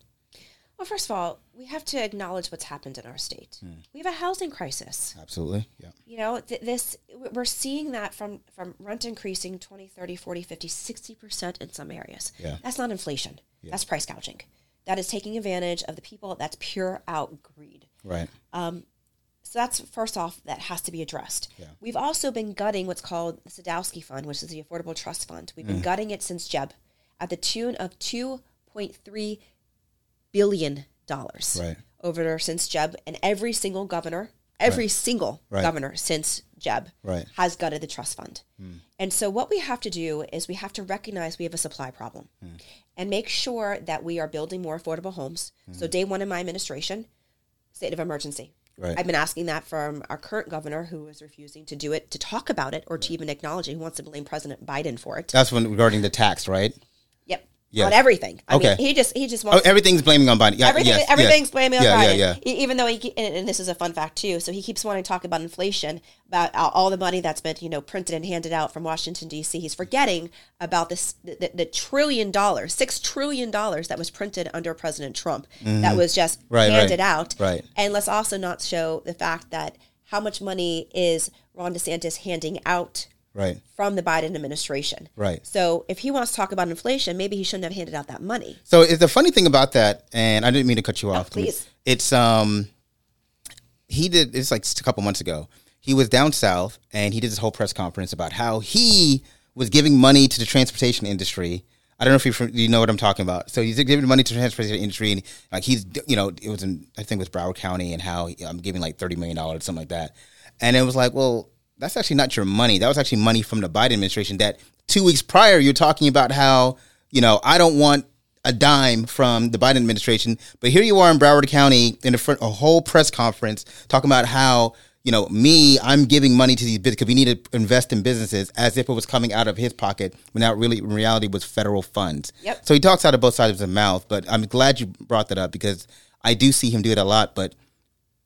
C: Well, first of all, we have to acknowledge what's happened in our state. We have a housing crisis.
B: Absolutely, yeah,
C: You know, th- this we're seeing that from from rent increasing 20, 30, 40, 50, 60% in some areas.
B: Yeah.
C: That's not inflation. That's price gouging. That is taking advantage of the people. That's pure out greed.
B: right,
C: So that's first off that has to be addressed. We've also been gutting what's called the Sadowski Fund, which is the Affordable Trust Fund. We've
B: Mm.
C: been gutting it since Jeb, at the tune of two point three billion dollars
B: Right.
C: over since Jeb, and every single governor, every single
B: Right.
C: governor since Jeb
B: Right. Hmm.
C: has gutted the trust fund. And so what we have to do is we have to recognize we have a supply problem
B: Hmm.
C: and make sure that we are building more affordable homes.
B: Hmm.
C: So day one in my administration, state of emergency.
B: Right.
C: I've been asking that from our current governor, who is refusing to do it, to talk about it, or to even acknowledge it. He wants to blame President Biden for it.
B: that's when regarding the tax, right?
C: yep.
B: Yes.
C: On everything. I
B: Okay.
C: mean, he just he just
B: Oh,
C: wants
B: everything's blaming on Biden. Yeah,
C: everything.
B: yes, yes.
C: everything's blaming on
B: yeah,
C: Biden.
B: Yeah, yeah,
C: E- Even though he ke- and, and this is a fun fact too. So he keeps wanting to talk about inflation, about all- all the money that's been you know printed and handed out from Washington D.C. He's forgetting about this the, the, the trillion dollars, six trillion dollars that was printed under President Trump that was just
B: Mm-hmm. Right,
C: handed
B: right,
C: out.
B: right.
C: And let's also not show the fact that how much money is Ron DeSantis handing out
B: Right,
C: from the Biden administration.
B: right.
C: So if he wants to talk about inflation, maybe he shouldn't have handed out that money.
B: So it's the funny thing about that, and I didn't mean to cut you off.
C: please.
B: It's um, he did. It's like a couple months ago. He was down south, and he did this whole press conference about how he was giving money to the transportation industry. I don't know if you fr- you know what I'm talking about. So he's giving money to the transportation industry, and like he's you know it was in I think it was Broward County, and how he- I'm giving like thirty million dollars, something like that. And it was like, well, that's actually not your money. That was actually money from the Biden administration. That two weeks prior, you're talking about how you know I don't want a dime from the Biden administration, but here you are in Broward County in a, fr- a whole press conference talking about how you know me, I'm giving money to these businesses because we need to invest in businesses as if it was coming out of his pocket when that really in reality was federal funds.
C: Yep.
B: So he talks out of both sides of his mouth, but I'm glad you brought that up because I do see him do it a lot, but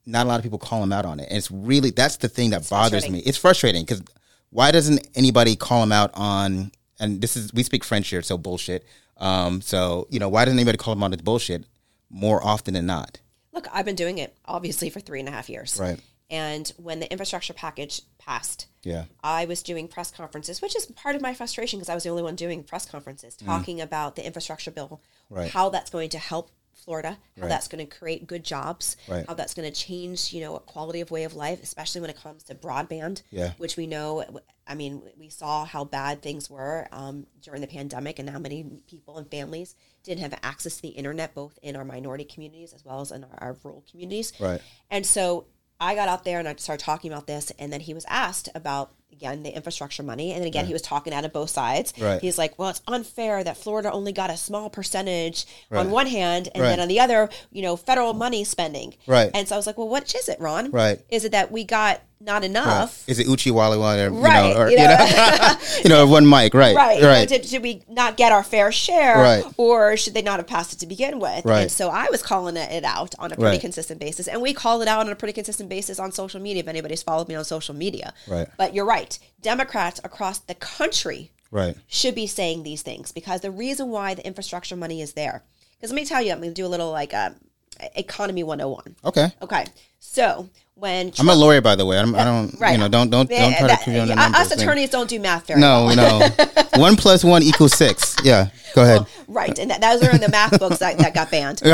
B: not a lot of people call him out on it. And it's really that's the thing that bothers me.
C: frustrating.
B: It's frustrating because why doesn't anybody call him out on? And this is we speak French here, so bullshit. Um, so you know why doesn't anybody call him out on bullshit more often than not?
C: Look, I've been doing it obviously for three and a half years.
B: Right.
C: And when the infrastructure package passed,
B: Yeah.
C: I was doing press conferences, which is part of my frustration because I was the only one doing press conferences, talking about the infrastructure bill,
B: Mm. Right.
C: how that's going to help Florida, how that's going to create good jobs,
B: Right.
C: how that's going to change, you know, quality of way of life, especially when it comes to broadband,
B: Yeah.
C: which we know, I mean, we saw how bad things were um, during the pandemic and how many people and families didn't have access to the internet, both in our minority communities as well as in our, our rural communities.
B: Right.
C: And so I got out there and I started talking about this. And then he was asked about, again, the infrastructure money. And then again, he was talking out of both sides.
B: Right.
C: He's like, well, it's unfair that Florida only got a small percentage
B: Right.
C: on one hand. And
B: Right.
C: then on the other, you know, federal money spending.
B: Right.
C: And so I was like, well, what is it, Ron?
B: Right.
C: Is it that we got not enough?
B: Uh, Is it Uchi Wally Wally? Or, You
C: Right,
B: know, or, you
C: you know.
B: know, you know, one mic. Right.
C: Right.
B: Right.
C: Did, did we not get our fair share?
B: Right.
C: Or should they not have passed it to begin with?
B: Right.
C: And so I was calling it it out on a pretty
B: Right.
C: consistent basis. And we call it out on a pretty consistent basis on social media if anybody's followed me on social media.
B: Right.
C: But you're right. Democrats across the country
B: right.
C: should be saying these things because the reason why the infrastructure money is there. Because let me tell you, I'm going to do a little like um, economy 101.
B: Okay.
C: Okay. So when
B: I'm a lawyer, by the way. I'm, I don't.
C: Right.
B: You know, don't don't don't try to
C: that-
B: put me on the
C: yeah,
B: numbers.
C: us attorneys don't do math very
B: No, no. one plus one equals six. Yeah. Go ahead.
C: Right, and that, those were in the math books that, that got banned.
B: okay.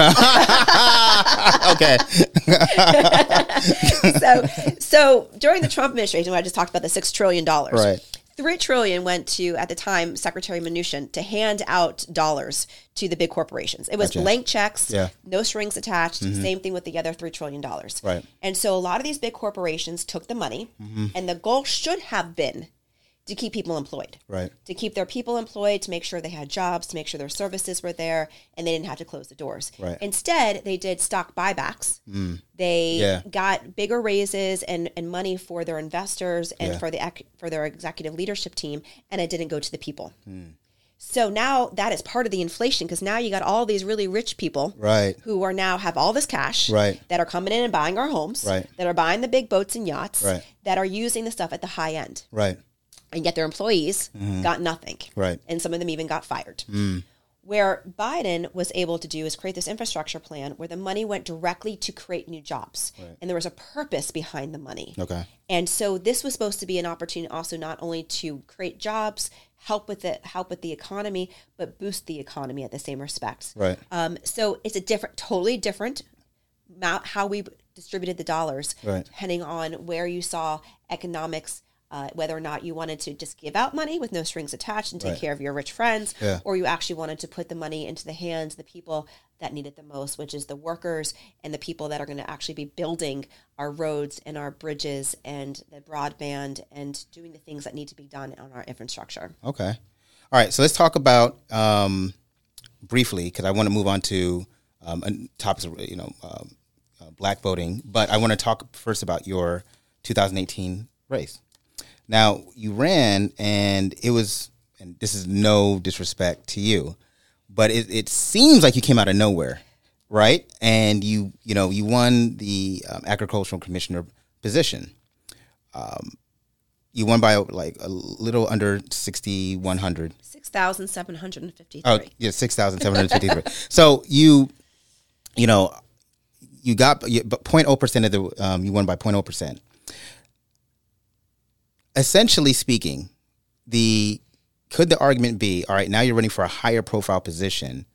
C: So, so during the Trump administration, when I just talked about the six trillion dollars,
B: Right.
C: Three trillion went to at the time Secretary Mnuchin to hand out dollars to the big corporations. It was
B: Gotcha.
C: blank checks,
B: Yeah. Mm-hmm.
C: no strings attached. Same thing with the other three trillion dollars.
B: Right. Mm-hmm.
C: And so a lot of these big corporations took the money, and the goal should have been to keep people employed.
B: Right.
C: to keep their people employed, to make sure they had jobs, to make sure their services were there, and they didn't have to close the doors.
B: Right. Mm.
C: Instead, they did stock buybacks. They
B: Yeah.
C: got bigger raises and, and money for their investors and
B: Yeah.
C: for the ec- for their executive leadership team, and it didn't go to the people.
B: Hmm.
C: So now that is part of the inflation because now you got all these really rich people
B: Right.
C: who are now have all this cash
B: Right.
C: that are coming in and buying our homes,
B: Right.
C: that are buying the big boats and yachts,
B: Right.
C: that are using the stuff at the high end
B: Right.
C: and yet their employees got nothing.
B: Mm-hmm. Right. Mm.
C: And some of them even got fired. Where Biden was able to do is create this infrastructure plan where the money went directly to create new jobs. And there was a purpose behind the money.
B: Okay.
C: And so this was supposed to be an opportunity also not only to create jobs, help with it, help with the economy, but boost the economy at the same respect.
B: Right.
C: Um, so it's a different, totally different amount how we distributed the dollars,
B: Right.
C: depending on where you saw economics, uh, whether or not you wanted to just give out money with no strings attached and take
B: Right.
C: care of your rich friends,
B: Yeah.
C: or you actually wanted to put the money into the hands of the people that need it the most, which is the workers and the people that are going to actually be building our roads and our bridges and the broadband and doing the things that need to be done on our infrastructure.
B: Okay. All right. So let's talk about um, briefly because I want to move on to um, an- topics, of, you know, um, uh, black voting, but I want to talk first about your 2018 race. Now you ran, and it was, and this is no disrespect to you, but it, it seems like you came out of nowhere, right? And you, you know, you won the um, agricultural commissioner position. You won by like a little under 60, 100.
C: 6,753.
B: Oh, yeah, six thousand seven hundred fifty-three. so you, you know, you got point zero percent of the um, you won by point zero percent. Essentially speaking, the could the argument be all right? Now you're running for a higher profile position.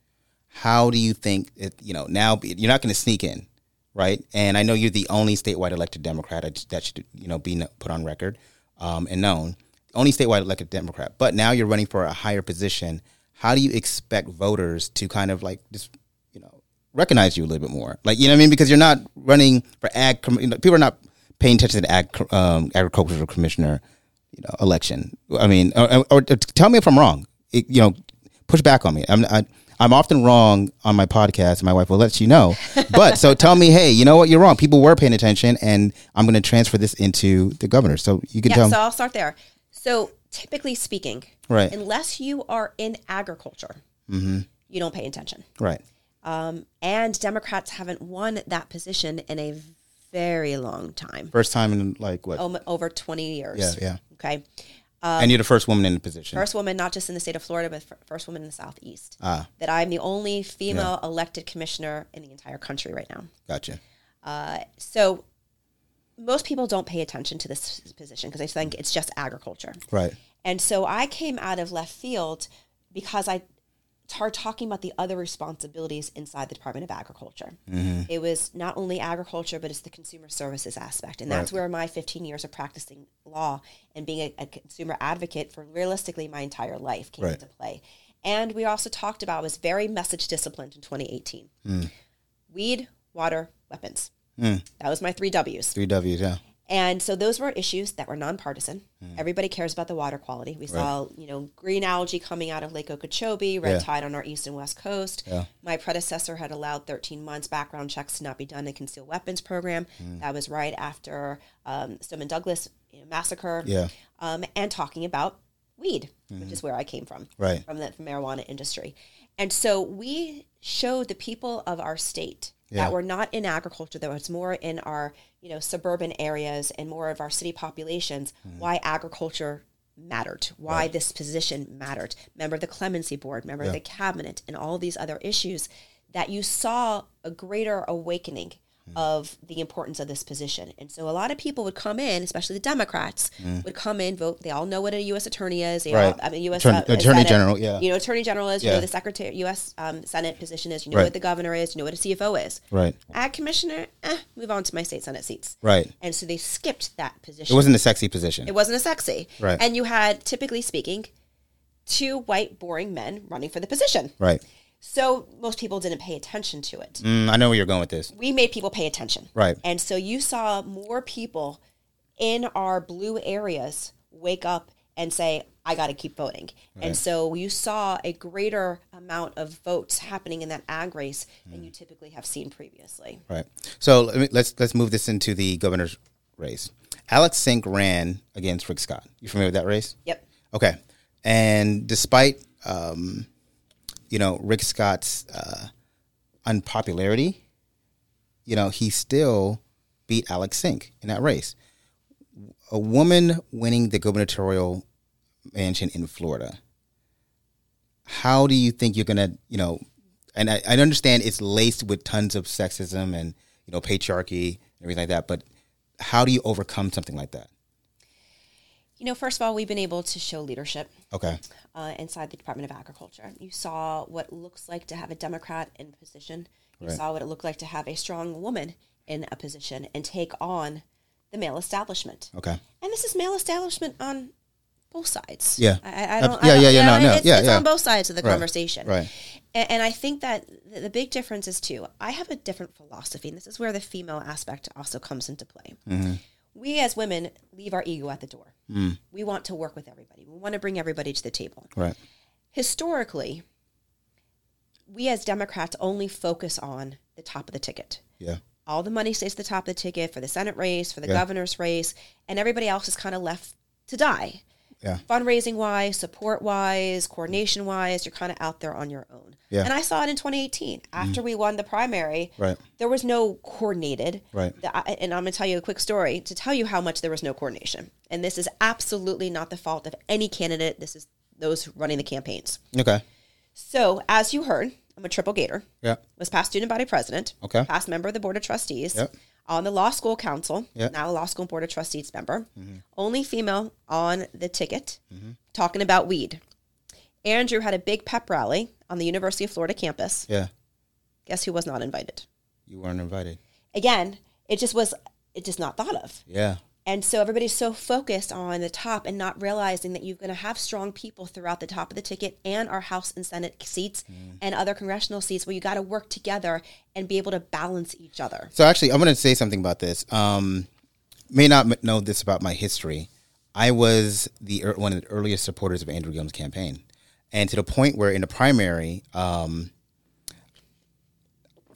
B: How do you think it, you know now you're not going to sneak in, right? And I know you're the only statewide elected Democrat I just- that should you know be kn- put on record um, and known, only statewide elected Democrat. But now you're running for a higher position. How do you expect voters to kind of like just you know recognize you a little bit more. Like you know what I mean? Because you're not running for ag. comm- you know, People are not paying attention to the ag, um, agricultural commissioner you know, election. I mean, or, or, or tell me if I'm wrong. It, you know, push back on me. I'm I, I'm often wrong on my podcast. My wife will let you know. But so tell me, hey, you know what? You're wrong. People were paying attention, and I'm going to transfer this into the governor. So you can
C: Yeah,
B: tell.
C: so I'll start there. So typically speaking,
B: Right. Mm-hmm.
C: unless you are in agriculture, you don't pay attention.
B: right.
C: Um, and Democrats haven't won that position in a very long time,
B: First time in like what?
C: om- over 20 years.
B: yeah, yeah.
C: Okay.
B: and you're the first woman in the position.
C: uh, First woman, not just in the state of Florida, but fir- first woman in the Southeast.
B: Ah.
C: That I'm the only female elected commissioner in the entire country right now.
B: Gotcha.
C: So most people don't pay attention to this position because they think it's just agriculture.
B: Right.
C: And so I came out of left field because I started talking about the other responsibilities inside the Department of Agriculture. It was not only agriculture, but it's the consumer services aspect. And that's where my 15 years of practicing law and being a, a consumer advocate for realistically my entire life came
B: Right.
C: into play. And we also talked about I was very message disciplined in 2018. Weed, water, weapons. That was my three W's.
B: Three W's. Yeah.
C: And so those were issues that were nonpartisan.
B: Mm.
C: Everybody cares about the water quality. We saw, you know, green algae coming out of Lake Okeechobee, red
B: Yeah.
C: tide on our east and west coast. My predecessor had allowed 13 months background checks to not be done in concealed weapons program.
B: Mm.
C: That was right after um, Stoneman Douglas you know, massacre.
B: Yeah. Mm-hmm.
C: Um, and talking about weed, which is where I came from
B: Right.
C: from the marijuana industry. And so we showed the people of our state
B: Yeah.
C: that were not in agriculture, that was more in our, you know, suburban areas and more of our city populations,
B: Hmm.
C: why agriculture mattered, why this position mattered. Remember the clemency board, remember the cabinet and all these other issues that you saw a greater awakening
B: Hmm.
C: of the importance of this position. And so a lot of people would come in, especially the Democrats,
B: Hmm.
C: would come in, vote. They all know what a US attorney is. They
B: Right.
C: all, I mean US
B: Attorney-
C: uh, Senate.
B: Attorney General, yeah.
C: You know, Attorney General is, you
B: Yeah.
C: know, the Secretary, U.S. Um, Senate position is, you know
B: Right.
C: what the governor is, you know what a CFO is.
B: Right.
C: Ag commissioner, eh, move on to my state Senate seats.
B: Right.
C: And so they skipped that position.
B: It wasn't a sexy position.
C: It wasn't a sexy.
B: Right.
C: And you had, typically speaking, two white, boring men running for the position.
B: right.
C: So most people didn't pay attention to it.
B: Mm, I know where you're going with this.
C: We made people pay attention.
B: Right.
C: And so you saw more people in our blue areas wake up and say, I got to keep voting. And so you saw a greater amount of votes happening in that ag race than you
B: Mm.
C: typically have seen previously.
B: Right. So let me, let's let's move this into the governor's race. Alex Sink ran against Rick Scott. You familiar with that race?
C: Yep.
B: Okay. And despite, um, you know, Rick Scott's uh, unpopularity, you know, he still beat Alex Sink in that race. A woman winning the gubernatorial mansion in Florida. How do you think you're gonna, you know, and I, I understand it's laced with tons of sexism and you know patriarchy and everything like that, but how do you overcome something like that?
C: You know, first of all, we've been able to show leadership
B: Okay,
C: uh, inside the Department of Agriculture. You saw what it looks like to have a Democrat in position. You
B: Right.
C: saw what it looked like to have a strong woman in a position and take on the male establishment.
B: okay.
C: and this is male establishment on both sides.
B: Yeah.
C: I, I
B: Ab-
C: don't.
B: yeah,
C: I don't,
B: yeah, yeah,
C: you know,
B: no, no,
C: It's,
B: yeah,
C: it's
B: yeah.
C: on both sides of the
B: Right,
C: conversation,
B: right.
C: A- And, I think that the, the big difference is too. I have a different philosophy, and this is where the female aspect also comes into play.
B: Mm-hmm.
C: We as women leave our ego at the door.
B: Mm.
C: We want to work with everybody. We want to bring everybody to the table.
B: Right.
C: Historically, we as Democrats only focus on the top of the ticket
B: Yeah.
C: all the money stays at the top of the ticket for the Senate race, for the
B: Yeah.
C: governor's race, and everybody else is kind of left to die.
B: Yeah.
C: Fundraising wise, support wise, coordination wise, you're kind of out there on your own.
B: Yeah. Mm.
C: And I saw it in 2018 after we won the primary.
B: Right.
C: There was no coordinated.
B: Right.
C: The- I- and I'm going to tell you a quick story to tell you how much there was no coordination. And this is absolutely not the fault of any candidate. This is those running the campaigns.
B: Okay.
C: So, as you heard, I'm a triple gator
B: Yeah.
C: was past student body president,
B: Okay.
C: past member of the board of trustees,
B: Yep.
C: on the law school council,
B: Yep.
C: now a law school board of trustees member, only female on the ticket, talking about weed. Andrew had a big pep rally on the University of Florida campus.
B: Yeah.
C: Guess who was not invited?
B: You weren't invited.
C: Again, it just was it just not thought of.
B: Yeah.
C: And so everybody's so focused on the top and not realizing that you're going to have strong people throughout the top of the ticket and our House and Senate seats and other congressional seats where you got to work together and be able to balance each other.
B: So actually, I'm going to say something about this. Um, may not m- know this about my history. I was the ear- one of the earliest supporters of Andrew Gillum's campaign, and to the point where in the primary, um,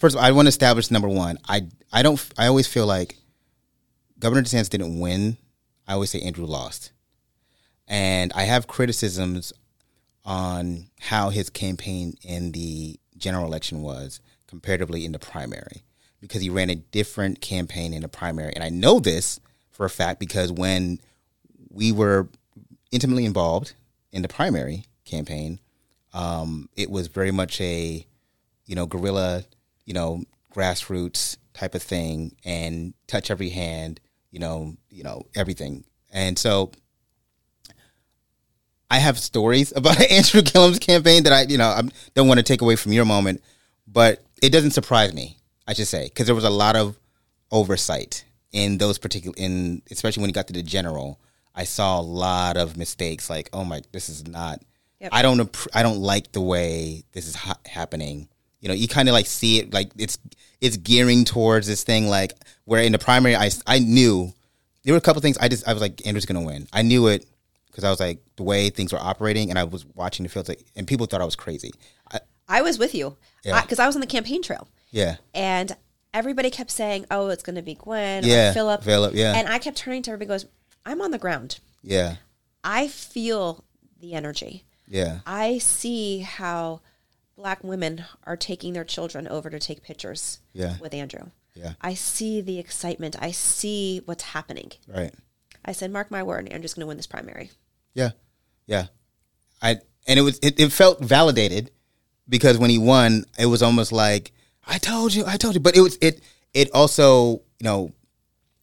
B: first of all, I want to establish number one. I I don't. f- I always feel like Governor DeSantis didn't win. I always say Andrew lost, and I have criticisms on how his campaign in the general election was comparatively in the primary because he ran a different campaign in the primary. And I know this for a fact because when we were intimately involved in the primary campaign, um, it was very much a, you know, guerrilla, you know, grassroots type of thing and touch every hand, you know, you know, everything. And so I have stories about Andrew Gillum's campaign that I, you know, I don't want to take away from your moment, but it doesn't surprise me. I should say because there was a lot of oversight in those particular, in especially when he got to the general. I saw a lot of mistakes. Like, oh my, this is not.
C: Yep.
B: I don't. appr- I don't like the way this is ha- happening. You know, you kind of like see it like it's it's gearing towards this thing. Like where in the primary, I s- I knew there were a couple things I just I was like Andrew's gonna win. I knew it because I was like the way things were operating, and I was watching the field, like, and people thought I was crazy. I,
C: I was with you
B: Yeah.
C: because I, was on the campaign trail,
B: yeah,
C: and everybody kept saying, "Oh, it's going to be Gwen
B: Yeah,
C: or Philip."
B: Philip, yeah.
C: And I kept turning to everybody, goes, "I'm on the ground.
B: yeah,
C: I feel the energy.
B: yeah,
C: I see how black women are taking their children over to take pictures
B: Yeah.
C: with Andrew.
B: yeah.
C: I see the excitement. I see what's happening.
B: Right.
C: I said, mark my word, Andrew's going to win this primary.
B: Yeah, yeah. I and it was it, it felt validated because when he won, it was almost like I told you, I told you. But it was it it also you know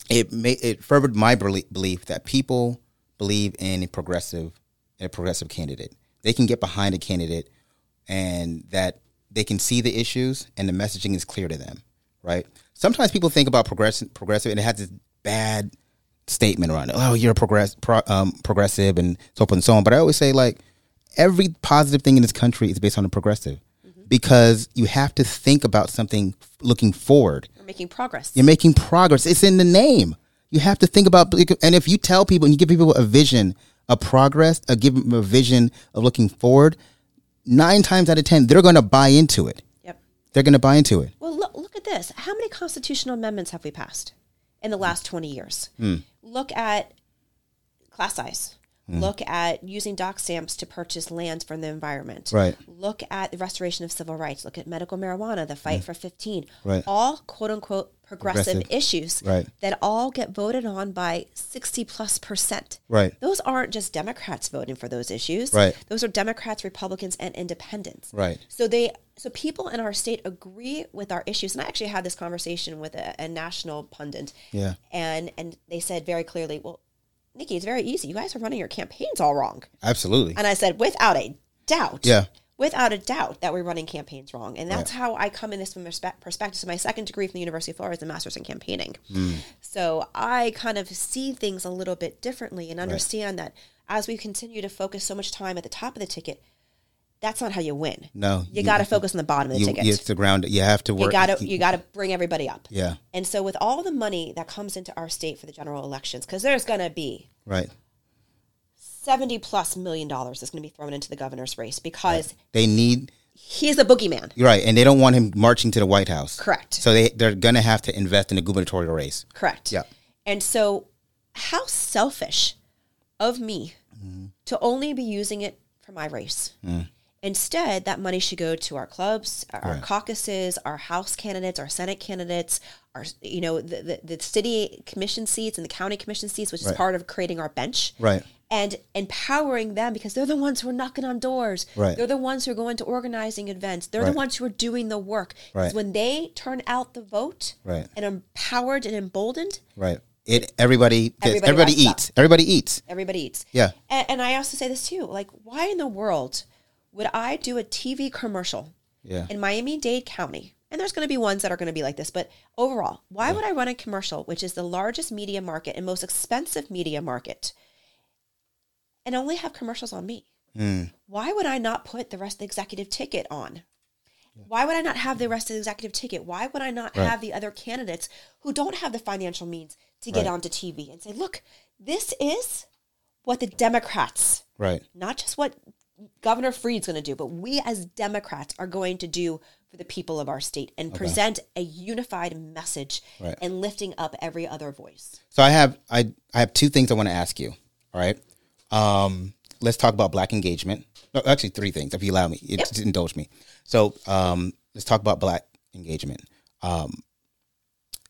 B: it made it furthered my belie- belief that people believe in a progressive a progressive candidate. They can get behind a candidate and that they can see the issues and the messaging is clear to them, right? Sometimes people think about progressive progressive and it has this bad statement around it. Oh, you're a progress pro, um, progressive and so forth and so on. But I always say like every positive thing in this country is based on a progressive because you have to think about something f- looking forward.
C: We're making progress.
B: You're making progress. It's in the name. You have to think about, and if you tell people and you give people a vision of progress, or give them a vision of looking forward, nine times out of 10, they're going to buy into it.
C: Yep.
B: They're going to buy into it.
C: Well, look, look at this. How many constitutional amendments have we passed in the last 20 years?
B: Hmm.
C: Look at class size.
B: Hmm.
C: Look at using dock stamps to purchase land for the environment.
B: Right.
C: Look at the restoration of civil rights. Look at medical marijuana, the fight for 15.
B: Hmm. Right.
C: All quote unquote progressive,
B: Progressive.
C: issues
B: Right.
C: that all get voted on by 60 plus percent.
B: Right.
C: Those aren't just Democrats voting for those issues.
B: Right.
C: Those are Democrats, Republicans, and independents.
B: Right.
C: So they, so people in our state agree with our issues, and I actually had this conversation with a, a national pundit,
B: Yeah.
C: and and they said very clearly, well, Nikki, it's very easy. You guys are running your campaigns all wrong,
B: Absolutely.
C: and I said without a doubt,
B: Yeah.
C: without a doubt that we're running campaigns wrong, and that's how I come in this from respect, perspective. So my second degree from the University of Florida is a master's in campaigning,
B: Mm.
C: so I kind of see things a little bit differently and understand that as we continue to focus so much time at the top of the ticket. That's not how you win
B: No.
C: you got to focus on the bottom of the
B: you,
C: ticket.
B: you, it's the ground. You have to work.
C: you got to you got to bring everybody up.
B: Yeah.
C: And so with all the money that comes into our state for the general elections, because there's going to be
B: Right.
C: seventy plus million dollars that's going to be thrown into the governor's race because
B: They need,
C: he's a boogeyman.
B: you're right. And they don't want him marching to the White House.
C: Correct.
B: So they, they're going to have to invest in a gubernatorial race.
C: Correct.
B: Yeah.
C: And so, how selfish of me to only be using it for my race.
B: Mm.
C: Instead, that money should go to our clubs, our caucuses, our House candidates, our Senate candidates, our you know the, the, the city commission seats and the county commission seats, which
B: Right.
C: is part of creating our bench.
B: Right.
C: And empowering them because they're the ones who are knocking on doors.
B: Right.
C: They're the ones who are going to organizing events. They're
B: Right.
C: the ones who are doing the work. 'Cause
B: Right.
C: When they turn out the vote,
B: Right.
C: and empowered and emboldened,
B: Right. It, everybody, everybody,
C: Everybody rises up.
B: eats. Everybody eats.
C: everybody eats.
B: Yeah.
C: And, and I also say this too like, why in the world would I do a TV commercial
B: Yeah.
C: in Miami Dade County? And there's going to be ones that are going to be like this, but overall, why would I run a commercial, which is the largest media market and most expensive media market, and
B: Hmm.
C: only have commercials on me? Why would I not put the rest of the executive ticket on? Why would I not have the rest of the executive ticket? Why would I not have the other candidates who don't have the financial means to get
B: Right.
C: onto TV and say, look, this is what the Democrats,
B: Right.
C: not just what Governor Freed's going to do, but we as Democrats are going to do for the people of our state and present a unified message
B: Right.
C: and lifting up every other voice.
B: So I have I I have two things I want to ask you. All right. Um, let's talk about black engagement. No, actually, three things, if you allow me, it, just indulge me. So um, let's talk about black engagement. Um,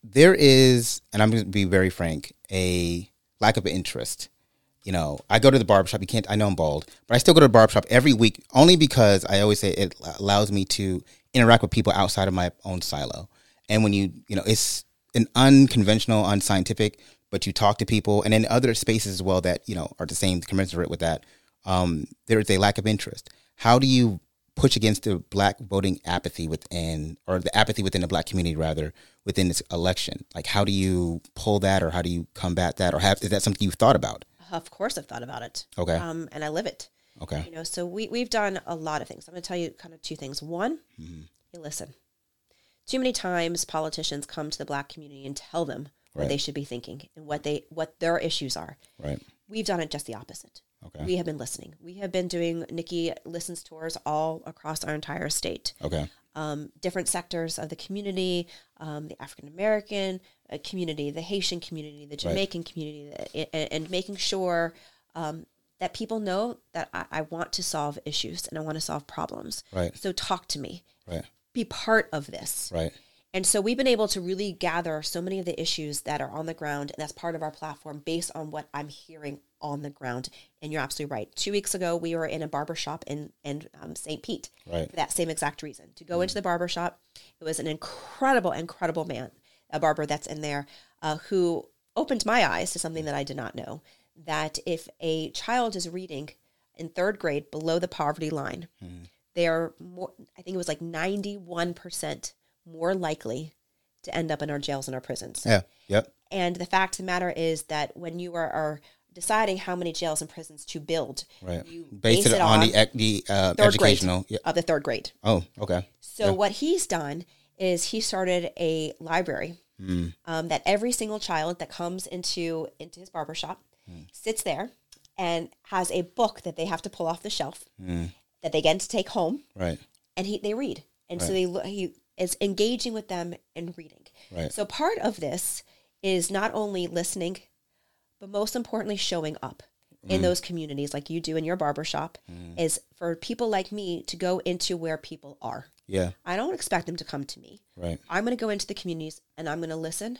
B: there is, and I'm going to be very frank, a lack of interest. You know, I go to the barbershop. You can't. I know I'm bald, but I still go to the barbershop every week only because I always say it allows me to interact with people outside of my own silo. And when you, you know, it's an unconventional, unscientific, but you talk to people, and in other spaces as well that you know are the same commensurate with that. Um, there is a lack of interest. How do you push against the black voting apathy within, or the apathy within the black community rather, within this election? Like, how do you pull that, or how do you combat that, or have is that something you've thought about?
C: Of course, I've thought about it.
B: Okay.
C: Um, and I live it.
B: Okay.
C: You know, so we, we've done a lot of things. I'm going to tell you kind of two things. One,
B: Mm-hmm.
C: you listen. Too many times politicians come to the black community and tell them what
B: Right.
C: they should be thinking and what they what their issues are.
B: Right.
C: We've done it just the opposite.
B: Okay.
C: We have been listening. We have been doing Nikki listens tours all across our entire state
B: Okay.
C: um, different sectors of the community, um, the African American uh, community, the Haitian community, the Jamaican community, the- and, and making sure um, that people know that I, I want to solve issues and I want to solve problems.
B: Right.
C: So talk to me,
B: Right.
C: be part of this.
B: Right.
C: And so we've been able to really gather so many of the issues that are on the ground, and that's part of our platform based on what I'm hearing on the ground. And you're absolutely right. Two weeks ago, we were in a barber shop in, in um, St. Pete
B: Right.
C: for that same exact reason to go into the barber shop. It was an incredible, incredible man, a barber that's in there, uh, who opened my eyes to something that I did not know that if a child is reading in third grade below the poverty line, they are more i think it was like 91% more likely to end up in our jails and our prisons
B: Yeah. Yep.
C: and the fact of the matter is that when you are, are deciding how many jails and prisons to build
B: Right.
C: you
B: Based it on the ec- the uh,
C: third
B: educational.
C: grade
B: Yeah.
C: of the third grade
B: Oh. Okay.
C: so what he's done is he started a library
B: Hmm.
C: um, that every single child that comes into into his barber shop
B: Hmm.
C: sits there and has a book that they have to pull off the shelf
B: Hmm.
C: that they get to take home
B: Right.
C: and he they read and so they lo- he is engaging with them and reading
B: Right.
C: so part of this is not only listening but most importantly showing up in those communities like you do in your barbershop is for people like me to go into where people are
B: Yeah.
C: i don't expect them to come to me
B: Right.
C: i'm going to go into the communities and i'm going to listen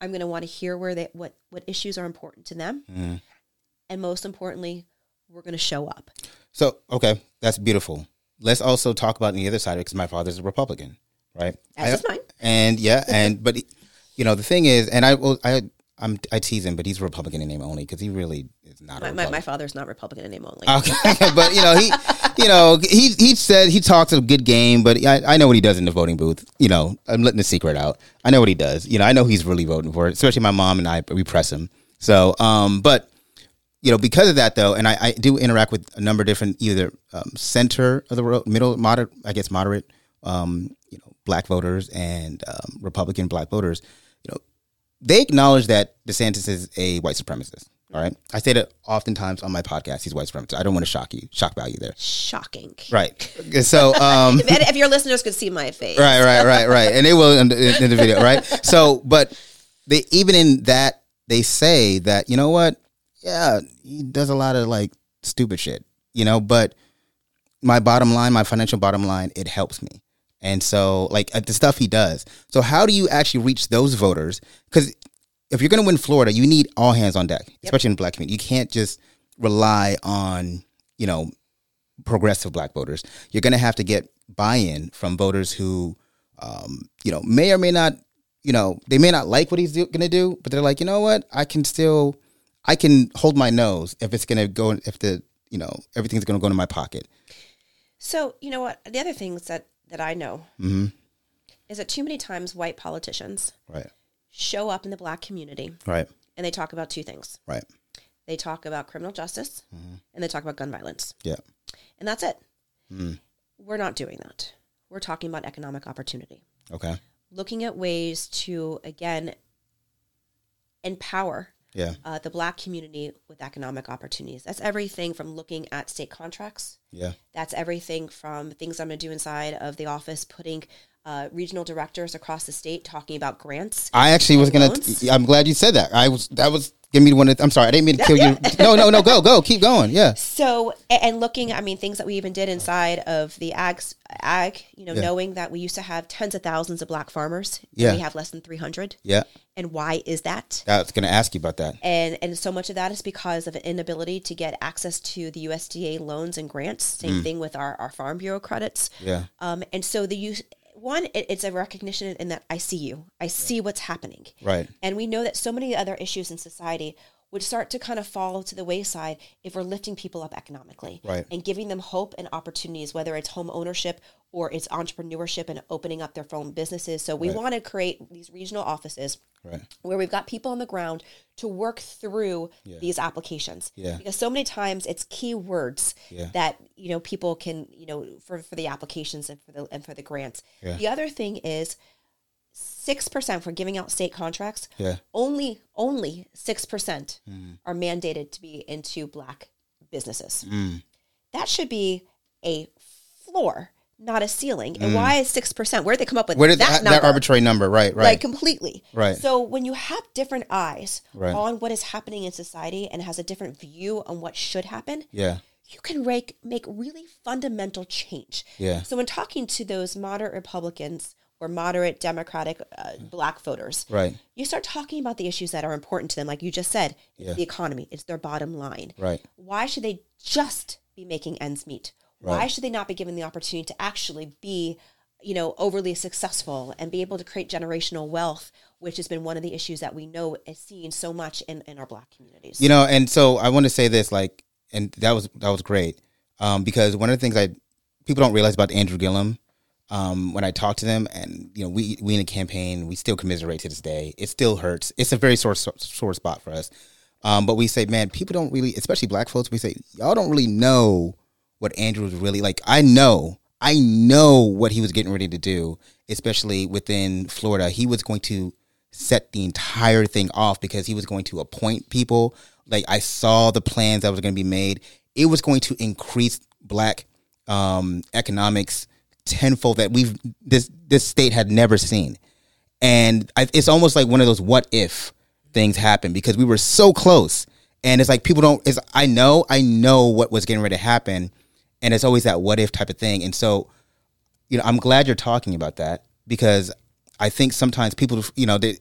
C: i'm going to want to hear where they what what issues are important to them and most importantly we're going to show up
B: So, okay, that's beautiful. Let's also talk about the other side because my father's a Republican, right?
C: As
B: I-
C: is mine.
B: And yeah, and but you know the thing is, and I will, I I'm, I tease him, but he's Republican in name only because he really is not. a
C: my, my,
B: Republican.
C: my father's not republican in name only
B: Ah. Okay, but you know he, you know he he said he talks a good game, but I, I know what he does in the voting booth. You know, I'm letting the secret out. I know what he does. You know, I know he's really voting for it. Especially my mom and I, we press him. So, um, but you know, because of that though, and I, I do interact with a number of different either um, center of the road, middle, moderate, I guess moderate, um, you know, black voters and um, Republican black voters. You know, they acknowledge that DeSantis is a white supremacist. All right, I say that oftentimes on my podcast. He's white supremacist. I don't want to shock you, shock value there.
C: shocking
B: Right. So, um,
C: if, if your listeners could see my face,
B: right, right, right, right, and they will in the, in the video, right? So, but they even in that they say that you know what, yeah, he does a lot of like stupid shit, you know, but my bottom line, my financial bottom line, it helps me. And so, like uh, the stuff he does. So, how do you actually reach those voters? Because if you're going to win Florida, you need all hands on deck, especially in the black community. You can't just rely on you know progressive black voters. You're going to have to get buy-in from voters who, um, you know, may or may not, you know, they may not like what he's do- going to do, but they're like, you know what, I can still, I can hold my nose if it's going to go, if the, you know, everything's going to go into my pocket.
C: So you know what? The other things that that I know is that too many times white politicians
B: Right.
C: show up in the black community
B: Right.
C: and they talk about two things.
B: Right.
C: They talk about criminal justice and they talk about gun violence,
B: Yeah.
C: and that's it. We're not doing that. we're talking about economic opportunity.
B: Okay.
C: Looking at ways to, again, empower
B: Yeah.
C: uh, the black community with economic opportunities. That's everything from looking at state contracts.
B: Yeah.
C: That's everything from things I'm going to do inside of the office, putting uh, regional directors across the state talking about grants.
B: I actually was gonna.
C: Loans?
B: I'm glad you said that. I was. That was. Give me one. Of, I'm sorry. I didn't mean to kill you. No. No. No. Go. Go. Keep going. Yeah.
C: So, a- and looking, I mean, things that we even did inside of the ag, ag you know,
B: Yeah.
C: knowing that we used to have tens of thousands of black farmers, and
B: Yeah.
C: we have less than 300.
B: Yeah.
C: And why is that?
B: I was gonna ask you about that.
C: and and so much of that is because of an inability to get access to the USDA loans and grants. Same thing with our, our Farm Bureau credits.
B: Mm. Yeah.
C: Um, and so the use one, it, it's a recognition in that I see you, I see what's happening,
B: Right.
C: and we know that so many other issues in society would start to kind of fall to the wayside if we're lifting people up economically
B: Right.
C: and giving them hope and opportunities, whether it's home ownership or it's entrepreneurship and opening up their own businesses. So we want to create these regional offices
B: Right.
C: where we've got people on the ground to work through these applications
B: Yeah.
C: because so many times it's keywords
B: Yeah.
C: that you know people can you know for, for the applications and for the and for the grants
B: Yeah.
C: the other thing is 6% for giving out state contracts
B: Yeah. Mm.
C: only only 6% are mandated to be into black businesses
B: Mm.
C: that should be a floor not a ceiling and why is 6% where did they come up with
B: Mm. Where did
C: that
B: that, that
C: number?
B: arbitrary number? Right. Right.
C: like completely.
B: Right.
C: So when you have different eyes
B: Right.
C: on what is happening in society and has a different view on what should happen,
B: yeah.
C: you can make make really fundamental change.
B: Yeah.
C: So when talking to those moderate Republicans or moderate Democratic uh, black voters,
B: Right.
C: you start talking about the issues that are important to them, like you just said, it's
B: Yeah.
C: the economy, it's their bottom line.
B: Right.
C: Why should they just be making ends meet? Why
B: Right.
C: should they not be given the opportunity to actually be, you know, overly successful and be able to create generational wealth, which has been one of the issues that we know is seen so much in, in our black communities.
B: You know, and so I want to say this, like, and that was that was great, um, because one of the things I people don't realize about Andrew Gillum, um, when I talk to them, and you know, we we in a campaign, we still commiserate to this day. It still hurts. It's a very sore sore spot for us, um, but we say, man, people don't really, especially black folks, we say y'all don't really know what Andrew was really like. I know. I know what he was getting ready to do, especially within Florida. He was going to set the entire thing off because he was going to appoint people. Like I saw the plans that was going to be made. It was going to increase black um, economics tenfold that we've this this state had never seen. And I, it's almost like one of those what if things happen because we were so close. And it's like people don't. It's I know I know what was getting ready to happen, and it's always that what if type of thing. And so you know, I'm glad you're talking about that because I think sometimes people, you know, they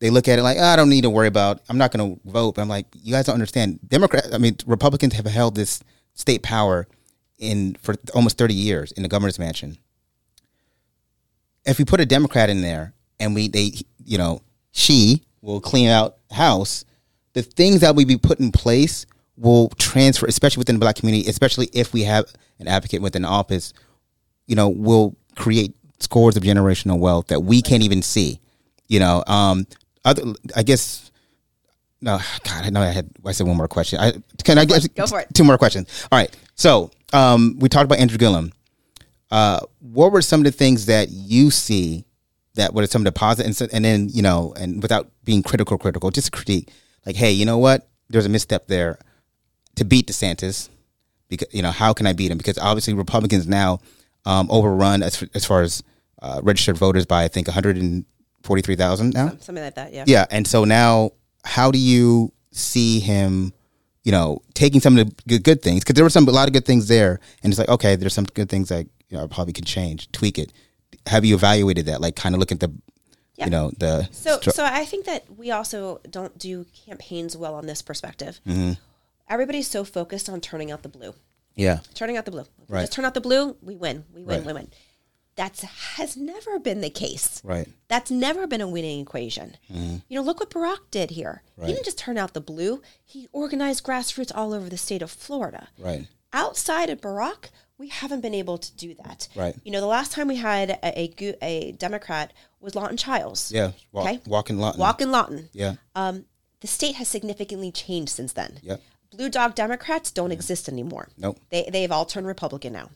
B: they look at it like, "Ah, I don't need to worry about. I'm not going to vote. But I'm like, you guys don't understand. Democrat, I mean, Republicans have held this state power in for almost 30 years in the governor's mansion. If we put a Democrat in there and we they, you know, she will clean out house, the things that we be put in place will transfer, especially within the black community, especially if we have an advocate within office you know, will create scores of generational wealth that we can't even see. You know, um, other, I guess. No, God, I know I had. I said one more question. I can I guess
C: go for it.
B: two more questions. All right. So um, we talked about Andrew Gillum. Uh, what were some of the things that you see that were some of the positive, and, so- and then you know, and without being critical, critical, just critique. Like, hey, you know what? There's a misstep there to beat DeSantis because you know how can I beat him? Because obviously Republicans now um, overrun as as far as uh, registered voters by I think 143,000 now.
C: Something like that, yeah.
B: Yeah, and so now how do you see him? You know, taking some of the good, good things because there were some a lot of good things there, and it's like okay, there's some good things that you know I probably can change, tweak it. Have you evaluated that? Like, kind of look at the,
C: Yeah.
B: you know, the
C: So,
B: stru-
C: so I think that we also don't do campaigns well on this perspective.
B: Mm-hmm.
C: Everybody's so focused on turning out the blue.
B: yeah,
C: turning out the blue. If we
B: Right.
C: Just turn out the blue, we win. We win,
B: Right.
C: we win. That's has never been the case.
B: right,
C: That's never been a winning equation.
B: Mm-hmm.
C: You know, look what Barack did here. He didn't just turn out the blue. He organized grassroots all over the state of Florida.
B: right,
C: Outside of Barack, we haven't been able to do that.
B: Right.
C: You know, the last time we had a a, go- a Democrat was Lawton Childs.
B: yeah, walk,
C: Okay.
B: walking lot,
C: Walk uh, in Lawton.
B: yeah,
C: The state has significantly changed since then.
B: Yep.
C: Blue dog Democrats don't exist anymore.
B: Nope.
C: They, they've all turned Republican now.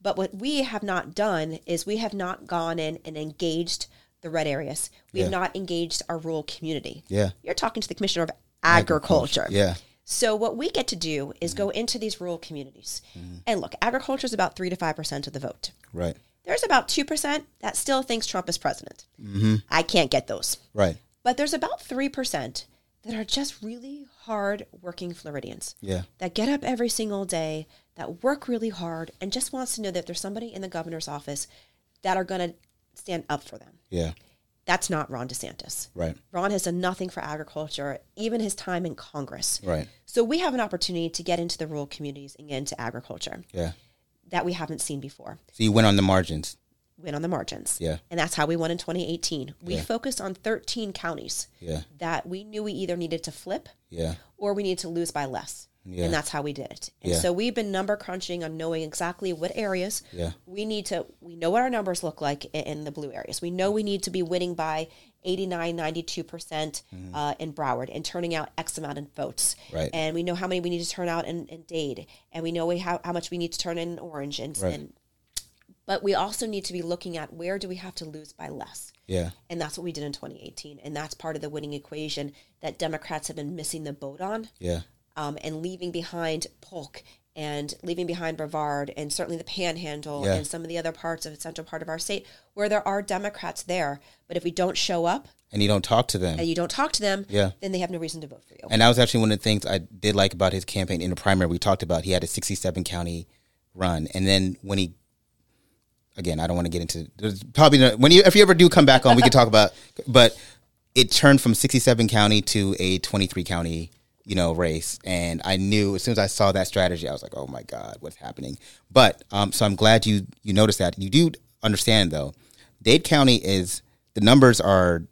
C: But what we have not done is we have not gone in and engaged the red areas. We have
B: Yeah.
C: not engaged our rural community.
B: Yeah.
C: You're talking to the commissioner of agriculture.
B: Yeah. Mm-hmm.
C: So what we get to do is go into these rural communities. And look, agriculture is about 3 to 5% of the vote.
B: Right.
C: There's about 2% that still thinks Trump is president.
B: Mm-hmm.
C: I can't get those.
B: Right.
C: But there's about 3% that are just really hard working Floridians
B: Yeah.
C: that get up every single day, that work really hard, and just wants to know that there's somebody in the governor's office that are going to stand up for them.
B: Yeah.
C: That's not Ron DeSantis.
B: Right.
C: Ron has done nothing for agriculture, even his time in Congress.
B: Right.
C: So we have an opportunity to get into the rural communities and get into agriculture
B: Yeah.
C: that we haven't seen before.
B: So you went on the margins.
C: Win on the margins.
B: Yeah.
C: And that's how we won in 2018. We focused on 13 counties
B: Yeah.
C: that we knew we either needed to flip
B: Yeah.
C: or we need to lose by less.
B: Yeah.
C: And that's how we did it. And
B: Yeah.
C: so we've been number crunching on knowing exactly what areas
B: Yeah.
C: we need to, we know what our numbers look like i- in the blue areas. We know we need to be winning by 89, 92% uh, in Broward and turning out X amount of votes.
B: Mm-hmm. Right.
C: And we know how many we need to turn out in, in Dade. And we know we how, how much we need to turn in Orange. And,
B: Right.
C: and, but we also need to be looking at where do we have to lose by less.
B: Yeah.
C: And that's what we did in 2018. And that's part of the winning equation that Democrats have been missing the boat on
B: Yeah.
C: um, and leaving behind Polk and leaving behind Brevard and certainly the Panhandle
B: Yeah.
C: and some of the other parts of the central part of our state where there are Democrats there. But if we don't show up
B: And you don't talk to them.
C: and you don't talk to them,
B: Yeah.
C: then they have no reason to vote for you.
B: And that was actually one of the things I did like about his campaign in the primary. We talked about he had a 67 county run, and then when he, again, I don't want to get into there's probably not, when you if you ever do come back on, we can talk about. But it turned from 67 county to a 23 county, you know, race, and I knew as soon as I saw that strategy, I was like, oh my god, what's happening? But um, so I'm glad you you noticed that. You do understand though, Dade County is the numbers are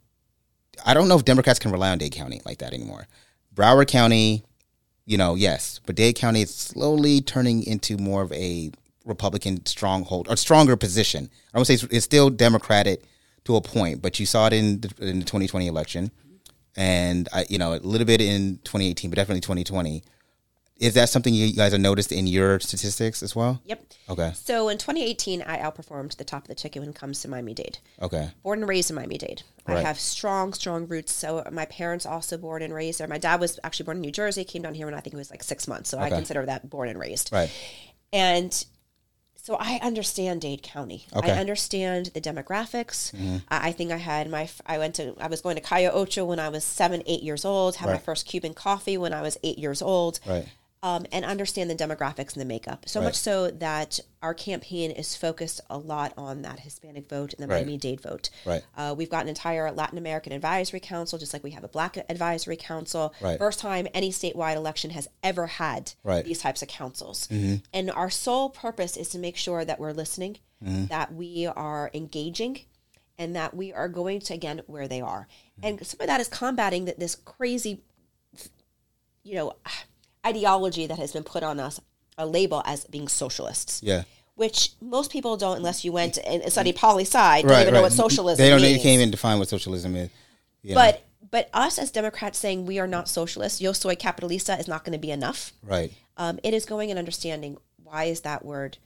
B: I don't know if Democrats can rely on Dade County like that anymore. Broward County, you know, yes, but Dade County is slowly turning into more of a Republican stronghold or stronger position. I would say it's, it's still Democratic to a point, but you saw it in the, in the 2020 election, and I, you know, a little bit in 2018, but definitely 2020. Is that something you guys have noticed in your statistics as well?
C: Yep.
B: Okay.
C: So in 2018, I outperformed the top of the ticket when it comes to Miami Dade.
B: Okay.
C: born and raised in Miami Dade. I
B: Right.
C: have strong, strong roots. So my parents also born and raised there. My dad was actually born in New Jersey, came down here when I think it was like six months. So I
B: Okay.
C: consider that born and raised.
B: Right.
C: And so I understand Dade County.
B: Okay. Mm-hmm.
C: I understand the demographics. I, I think I had my, f- I went to, I was going to Cayo Ocho when I was seven, eight years old, had my
B: Right.
C: first Cuban coffee when I was eight years old
B: Right.
C: um, and understand the demographics and the makeup. So much so that our campaign is focused a lot on that Hispanic vote and the
B: Right.
C: Miami Dade vote.
B: Right.
C: Uh, we've got an entire Latin American advisory council, just like we have a Black advisory council.
B: Right.
C: First time any statewide election has ever had
B: Right. Mm-hmm.
C: these types of councils. And our sole purpose is to make sure that we're listening,
B: Mm-hmm.
C: that we are engaging, and that we are going to again where they are.
B: Mm-hmm.
C: And some of that is combating that this crazy you know, ideology that has been put on us a label as being socialists.
B: Yeah. Mm-hmm.
C: Which most people don't, unless you went and studied poli sci, don't
B: Right. right.
C: even know what socialism
B: They don't.
C: means.
B: They can't even define what socialism is. You know?
C: But but us as Democrats saying we are not socialists, yo soy capitalista is not going to be enough.
B: Right.
C: Um, it is going and understanding why is that word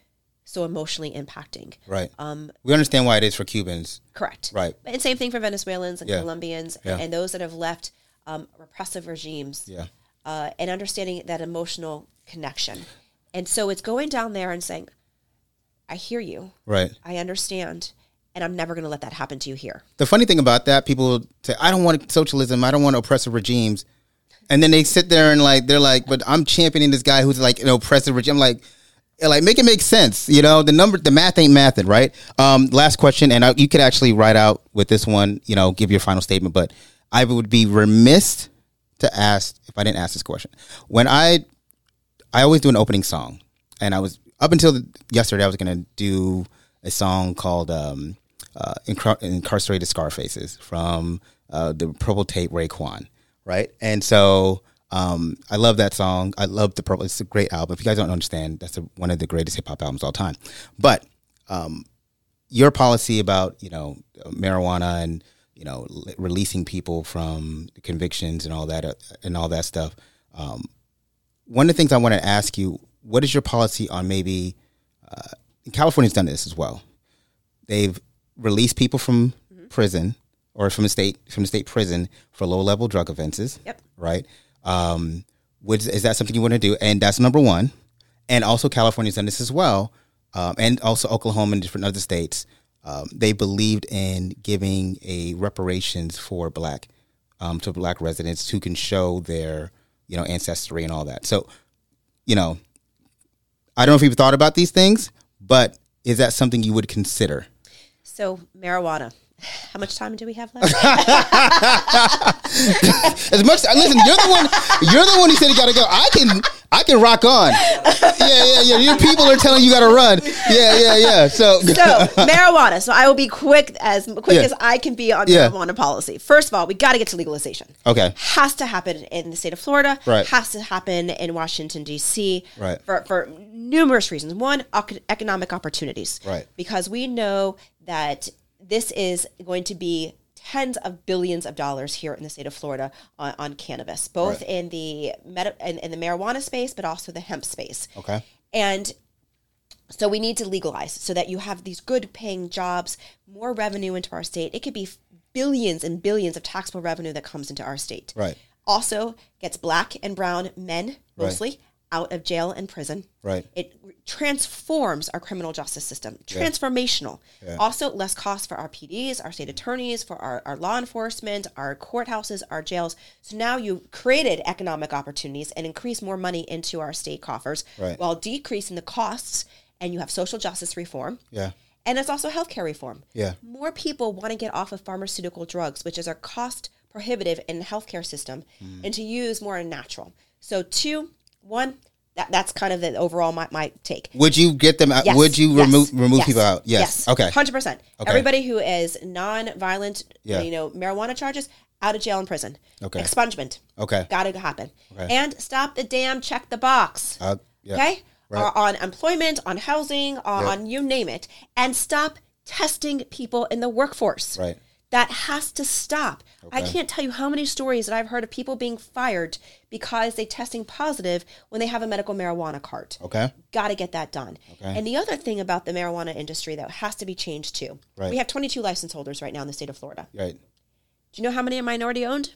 C: so emotionally impacting.
B: Right. Um, we understand why it is for Cubans.
C: Correct.
B: Right.
C: And same thing for Venezuelans and
B: Yeah.
C: Colombians
B: Yeah.
C: and those that have left um, repressive regimes.
B: Yeah.
C: uh, and understanding that emotional connection. And so it's going down there and saying, I hear you,
B: Right.
C: I understand, and I'm never going to let that happen to you here.
B: The funny thing about that, people say, "I don't want socialism. I don't want oppressive regimes," and then they sit there and like they're like, "But I'm championing this guy who's like an oppressive regime." I'm like. Like make it make sense, you know. The number, the math ain't mathing, right? Um, last question, and I, you could actually write out with this one, you know, give your final statement. But I would be remiss to ask if I didn't ask this question. When I I always do an opening song, and I was up until yesterday I was gonna do a song called um, uh, Incar- "Incarcerated Scarfaces" from uh, the Purple Tape Raekwon, right? And so um, I love that song. I love the Purple. It's a great album. If you guys don't understand, that's a, one of the greatest hip hop albums of all time. But um, your policy about you know marijuana and you know l- releasing people from convictions and all that uh, and all that stuff. Um, one of the things I want to ask you: What is your policy on maybe California's done this as well. They've released people from prison or from the state from the state prison for low level drug offenses.
C: Yep.
B: Right. Um, which is that something you want to do? And that's number one. And also California's done this as well, um, and also Oklahoma and different other states. Um, they believed in giving a reparations for black um, to black residents who can show their you know ancestry and all that. So you know, I don't know if you've thought about these things, but is that something you would consider?
C: So marijuana. How much time do we have left?
B: As much listen, you're the one. You're the one who said you gotta go. I can. I can rock on. Yeah, yeah, yeah. Your people are telling you gotta run. Yeah, yeah, yeah. So,
C: so marijuana. So I will be quick as quick
B: Yeah.
C: as I can be on
B: Yeah.
C: marijuana policy. First of all, we got to get to legalization.
B: okay,
C: Has to happen in the state of Florida.
B: Right.
C: Has to happen in Washington D.C.
B: Right.
C: For, for numerous reasons. One, ec- economic opportunities.
B: Right.
C: Because we know that this is going to be tens of billions of dollars here in the state of Florida on, on cannabis, both
B: Right.
C: in the meta, in, in the marijuana space, but also the hemp space.
B: okay,
C: And so we need to legalize so that you have these good paying jobs, more revenue into our state. It could be billions and billions of taxable revenue that comes into our state.
B: Right.
C: Also gets black and brown men mostly out of jail and prison.
B: Right.
C: It transforms our criminal justice system. Transformational. Also less cost for our PDs, our state attorneys, for our, our law enforcement, our courthouses, our jails. So now you created economic opportunities and increase more money into our state coffers
B: Right.
C: while decreasing the costs and you have social justice reform.
B: yeah,
C: And it's also healthcare reform.
B: Yeah.
C: More people want to get off of pharmaceutical drugs, which is our cost prohibitive in the healthcare system,
B: Mm.
C: and to use more natural. So two, one, that, that's kind of the overall my, my take.
B: Would you get them out?
C: Yes,
B: Would you
C: yes,
B: remove remove
C: yes,
B: people out? Yes. Okay.
C: Hundred percent.
B: Okay.
C: Everybody who is non-violent,
B: Yeah.
C: you know, marijuana charges out of jail and prison.
B: Okay.
C: Expungement.
B: Okay.
C: Got to happen.
B: Okay.
C: And stop the damn check the box.
B: Uh, yeah.
C: Okay?
B: Right.
C: Or on employment, on housing, on, on you name it. And stop testing people in the workforce.
B: Right.
C: That has to stop. I can't tell you how many stories that I've heard of people being fired because they testing positive when they have a medical marijuana card.
B: Okay.
C: Got to get that done. And the other thing about the marijuana industry that has to be changed too.
B: Right.
C: We have 22 license holders right now in the state of Florida.
B: Right.
C: Do you know how many are minority owned?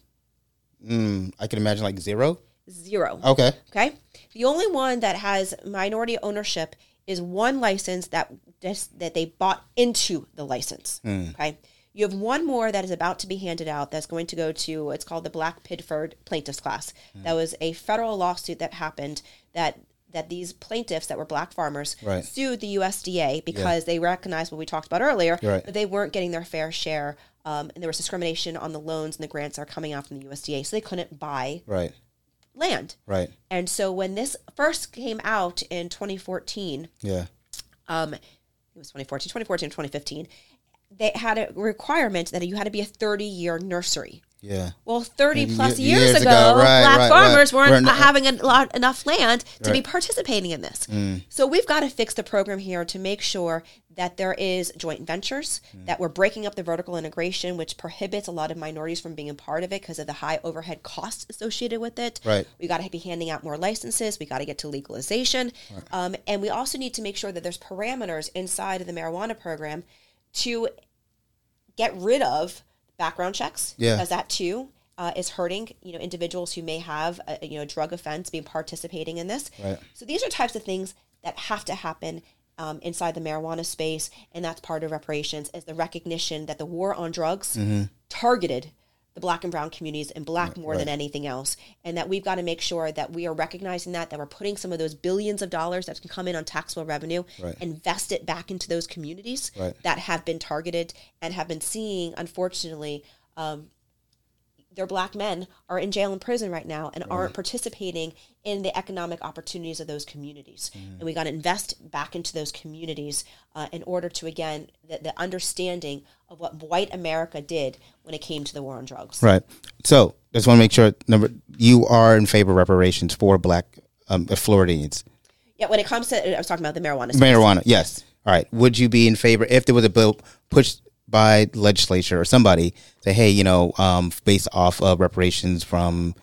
B: Mm, I can imagine like zero.
C: Zero.
B: Okay.
C: Okay. The only one that has minority ownership is one license that this, that they bought into the license.
B: Mm.
C: Okay. You have one more that is about to be handed out that's going to go to it's called the Black Pidford plaintiffs class.
B: Mm.
C: That was a federal lawsuit that happened that that these plaintiffs that were black farmers
B: Right.
C: sued the USDA because they recognized what we talked about earlier
B: Right.
C: that they weren't getting their fair share um, and there was discrimination on the loans and the grants that are coming out from the USDA so they couldn't buy
B: Right.
C: land.
B: Right.
C: And so when this first came out in 2014,
B: Yeah.
C: um, it was 2014, 2014, 2015, they had a requirement that you had to be a 30 year nursery.
B: Yeah.
C: Well, 30
B: Ye-
C: plus
B: years
C: years, ago,
B: ago, right,
C: black
B: right,
C: farmers
B: right.
C: weren't
B: We're uh, n-
C: having a lot, enough land to be participating in this.
B: Mm.
C: So we've got to fix the program here to make sure that there is joint ventures,
B: Mm.
C: that we're breaking up the vertical integration, which prohibits a lot of minorities from being a part of it because of the high overhead costs associated with it.
B: Right.
C: We got to be handing out more licenses. We got to get to legalization. Um, and we also need to make sure that there's parameters inside of the marijuana program to get rid of background checks
B: Yeah.
C: because that too uh, is hurting you know individuals who may have a, a, you know drug offense being participating in this
B: Right.
C: so these are types of things that have to happen um, inside the marijuana space and that's part of reparations is the recognition that the war on drugs
B: Mm-hmm.
C: targeted the black and brown communities and black more than anything else and that we've got to make sure that we are recognizing that that we're putting some of those billions of dollars that can come in on taxable revenue
B: Right.
C: invest it back into those communities
B: Right.
C: that have been targeted and have been seeing, unfortunately, um, their black men are in jail and prison right now and aren't participating in the economic opportunities of those communities.
B: Mm.
C: And we got to invest back into those communities uh, in order to, again, the, the understanding of what white America did when it came to the war on drugs.
B: Right. So just want to make sure number you are in favor of reparations for Black um, Floridians.
C: Yeah, when it comes to, I was talking about the marijuana. space.
B: marijuana. Yes. All right. Would you be in favor if there was a bill pushed by the legislature or somebody say, hey, you know, um, based off of reparations from,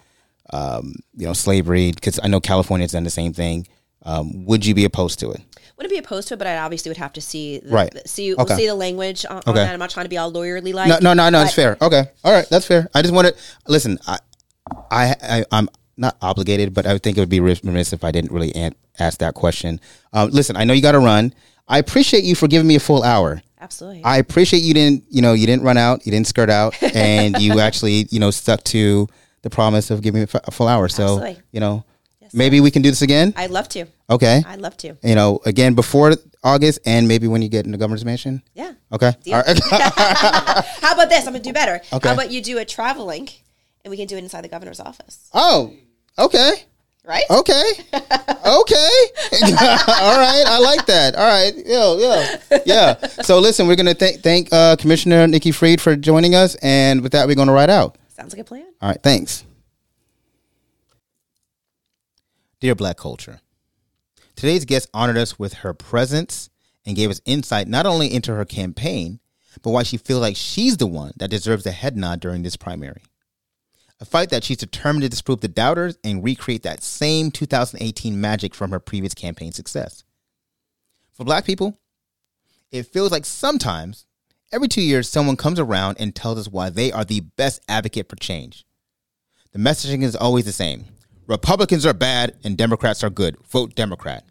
B: um, you know, slavery? Because I know California's done the same thing. Um, would you be opposed to it?
C: Wouldn't be opposed to it, but I obviously would have to see the,
B: Right.
C: see
B: Okay.
C: see the language on, on
B: Okay.
C: that. I'm not trying to be all lawyerly like.
B: No, no, no, no. It's
C: but-
B: fair. Okay, all right, that's fair. I just wanted listen. I, I, I I'm not obligated, but I would think it would be remiss if I didn't really an- ask that question. Um, listen, I know you got to run. I appreciate you for giving me a full hour.
C: Absolutely.
B: I appreciate you didn't, you know, you didn't run out, you didn't skirt out, and you actually, you know, stuck to the promise of giving me a full hour. So,
C: Absolutely.
B: you know, maybe we can do this again.
C: I'd love to.
B: okay.
C: I'd love to.
B: you know, again before August, and maybe when you get into governor's mansion.
C: Yeah.
B: Okay. All right.
C: How about this? I'm gonna do better.
B: Okay.
C: How about you do a traveling, and we can do it inside the governor's office,
B: oh, okay.
C: right?
B: Okay. Okay. All right. I like that. All right. Yo, yo. Yeah. So listen, we're going to thank thank uh, Commissioner Nikki Freed for joining us. And with that, we're going to ride out.
C: Sounds like a plan.
B: All right, thanks. Dear Black Culture, today's guest honored us with her presence and gave us insight not only into her campaign, but why she feels like she's the one that deserves the head nod during this primary. A fight that she's determined to disprove the doubters and recreate that same 2018 magic from her previous campaign success. For black people, it feels like sometimes Every two years, someone comes around and tells us why they are the best advocate for change. The messaging is always the same Republicans are bad and Democrats are good. Vote Democrat.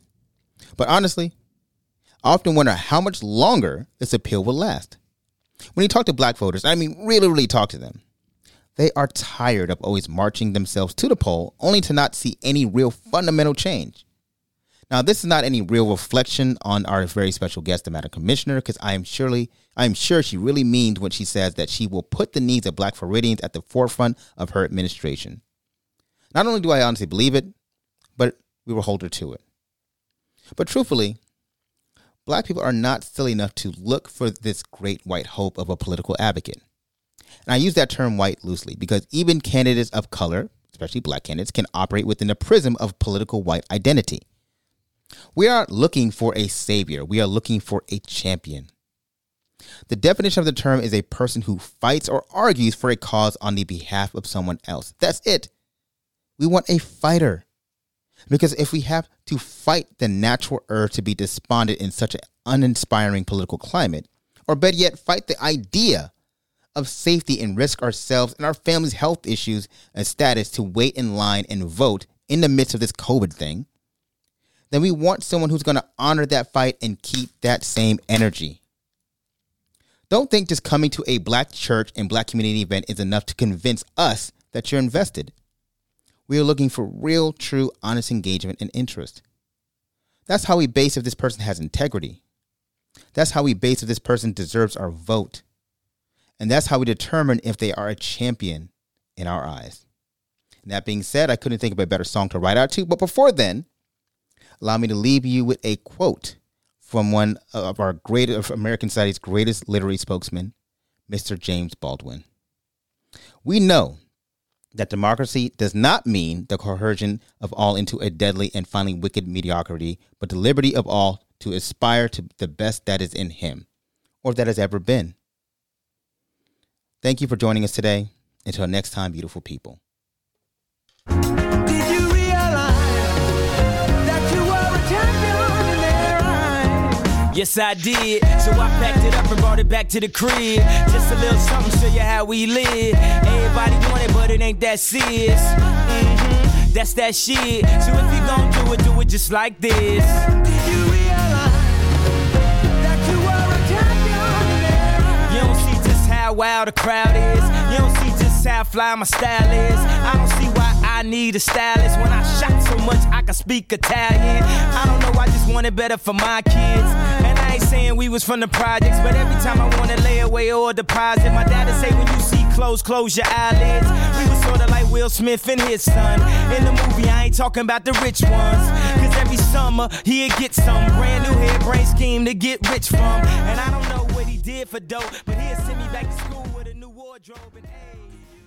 B: But honestly, I often wonder how much longer this appeal will last. When you talk to black voters, I mean, really, really talk to them. They are tired of always marching themselves to the poll only to not see any real fundamental change. Now, this is not any real reflection on our very special guest, the Matter Commissioner, because I am surely, I am sure she really means when she says that she will put the needs of Black Floridians at the forefront of her administration. Not only do I honestly believe it, but we will hold her to it. But truthfully, Black people are not silly enough to look for this great white hope of a political advocate. And I use that term white loosely because even candidates of color, especially black candidates, can operate within the prism of political white identity. We aren't looking for a savior. We are looking for a champion. The definition of the term is a person who fights or argues for a cause on the behalf of someone else. That's it. We want a fighter. Because if we have to fight the natural urge to be despondent in such an uninspiring political climate, or better yet, fight the idea of safety and risk ourselves and our families' health issues and status to wait in line and vote in the midst of this COVID thing, then we want someone who's going to honor that fight and keep that same energy. Don't think just coming to a black church and black community event is enough to convince us that you're invested. We are looking for real, true, honest engagement and interest. That's how we base if this person has integrity. That's how we base if this person deserves our vote. And that's how we determine if they are a champion in our eyes. And that being said, I couldn't think of a better song to write out to, but before then, allow me to leave you with a quote from one of our great of American society's greatest literary spokesman, Mr. James Baldwin. We know that democracy does not mean the coercion of all into a deadly and finally wicked mediocrity, but the liberty of all to aspire to the best that is in him or that has ever been. Thank you for joining us today. Until next time, beautiful people.
D: Did you realize that you were a champion in their eyes?
E: Yes, I did. So I packed it up and brought it back to the crib. Just a little something, show you how we live. Everybody doing it, but it ain't that serious. hmm That's that shit. So if you gon' do it, do it just like this.
D: Did you realize that you were a champion in their eyes?
E: You don't see just how wild the crowd is. You don't see just how fly my style is. I don't see why I need a stylist when I shot so much I can speak Italian. I don't know, I just want it better for my kids. And I ain't saying we was from the projects, but every time I wanna lay away or deposit, my dad'd say when you see clothes, close your eyelids. We was sorta like Will Smith and his son. In the movie, I ain't talking about the rich ones. Cause every summer, he'd get some brand new hairbrain scheme to get rich from. And I don't know what he did for dope, but he'd send me back to school with a new wardrobe and hey.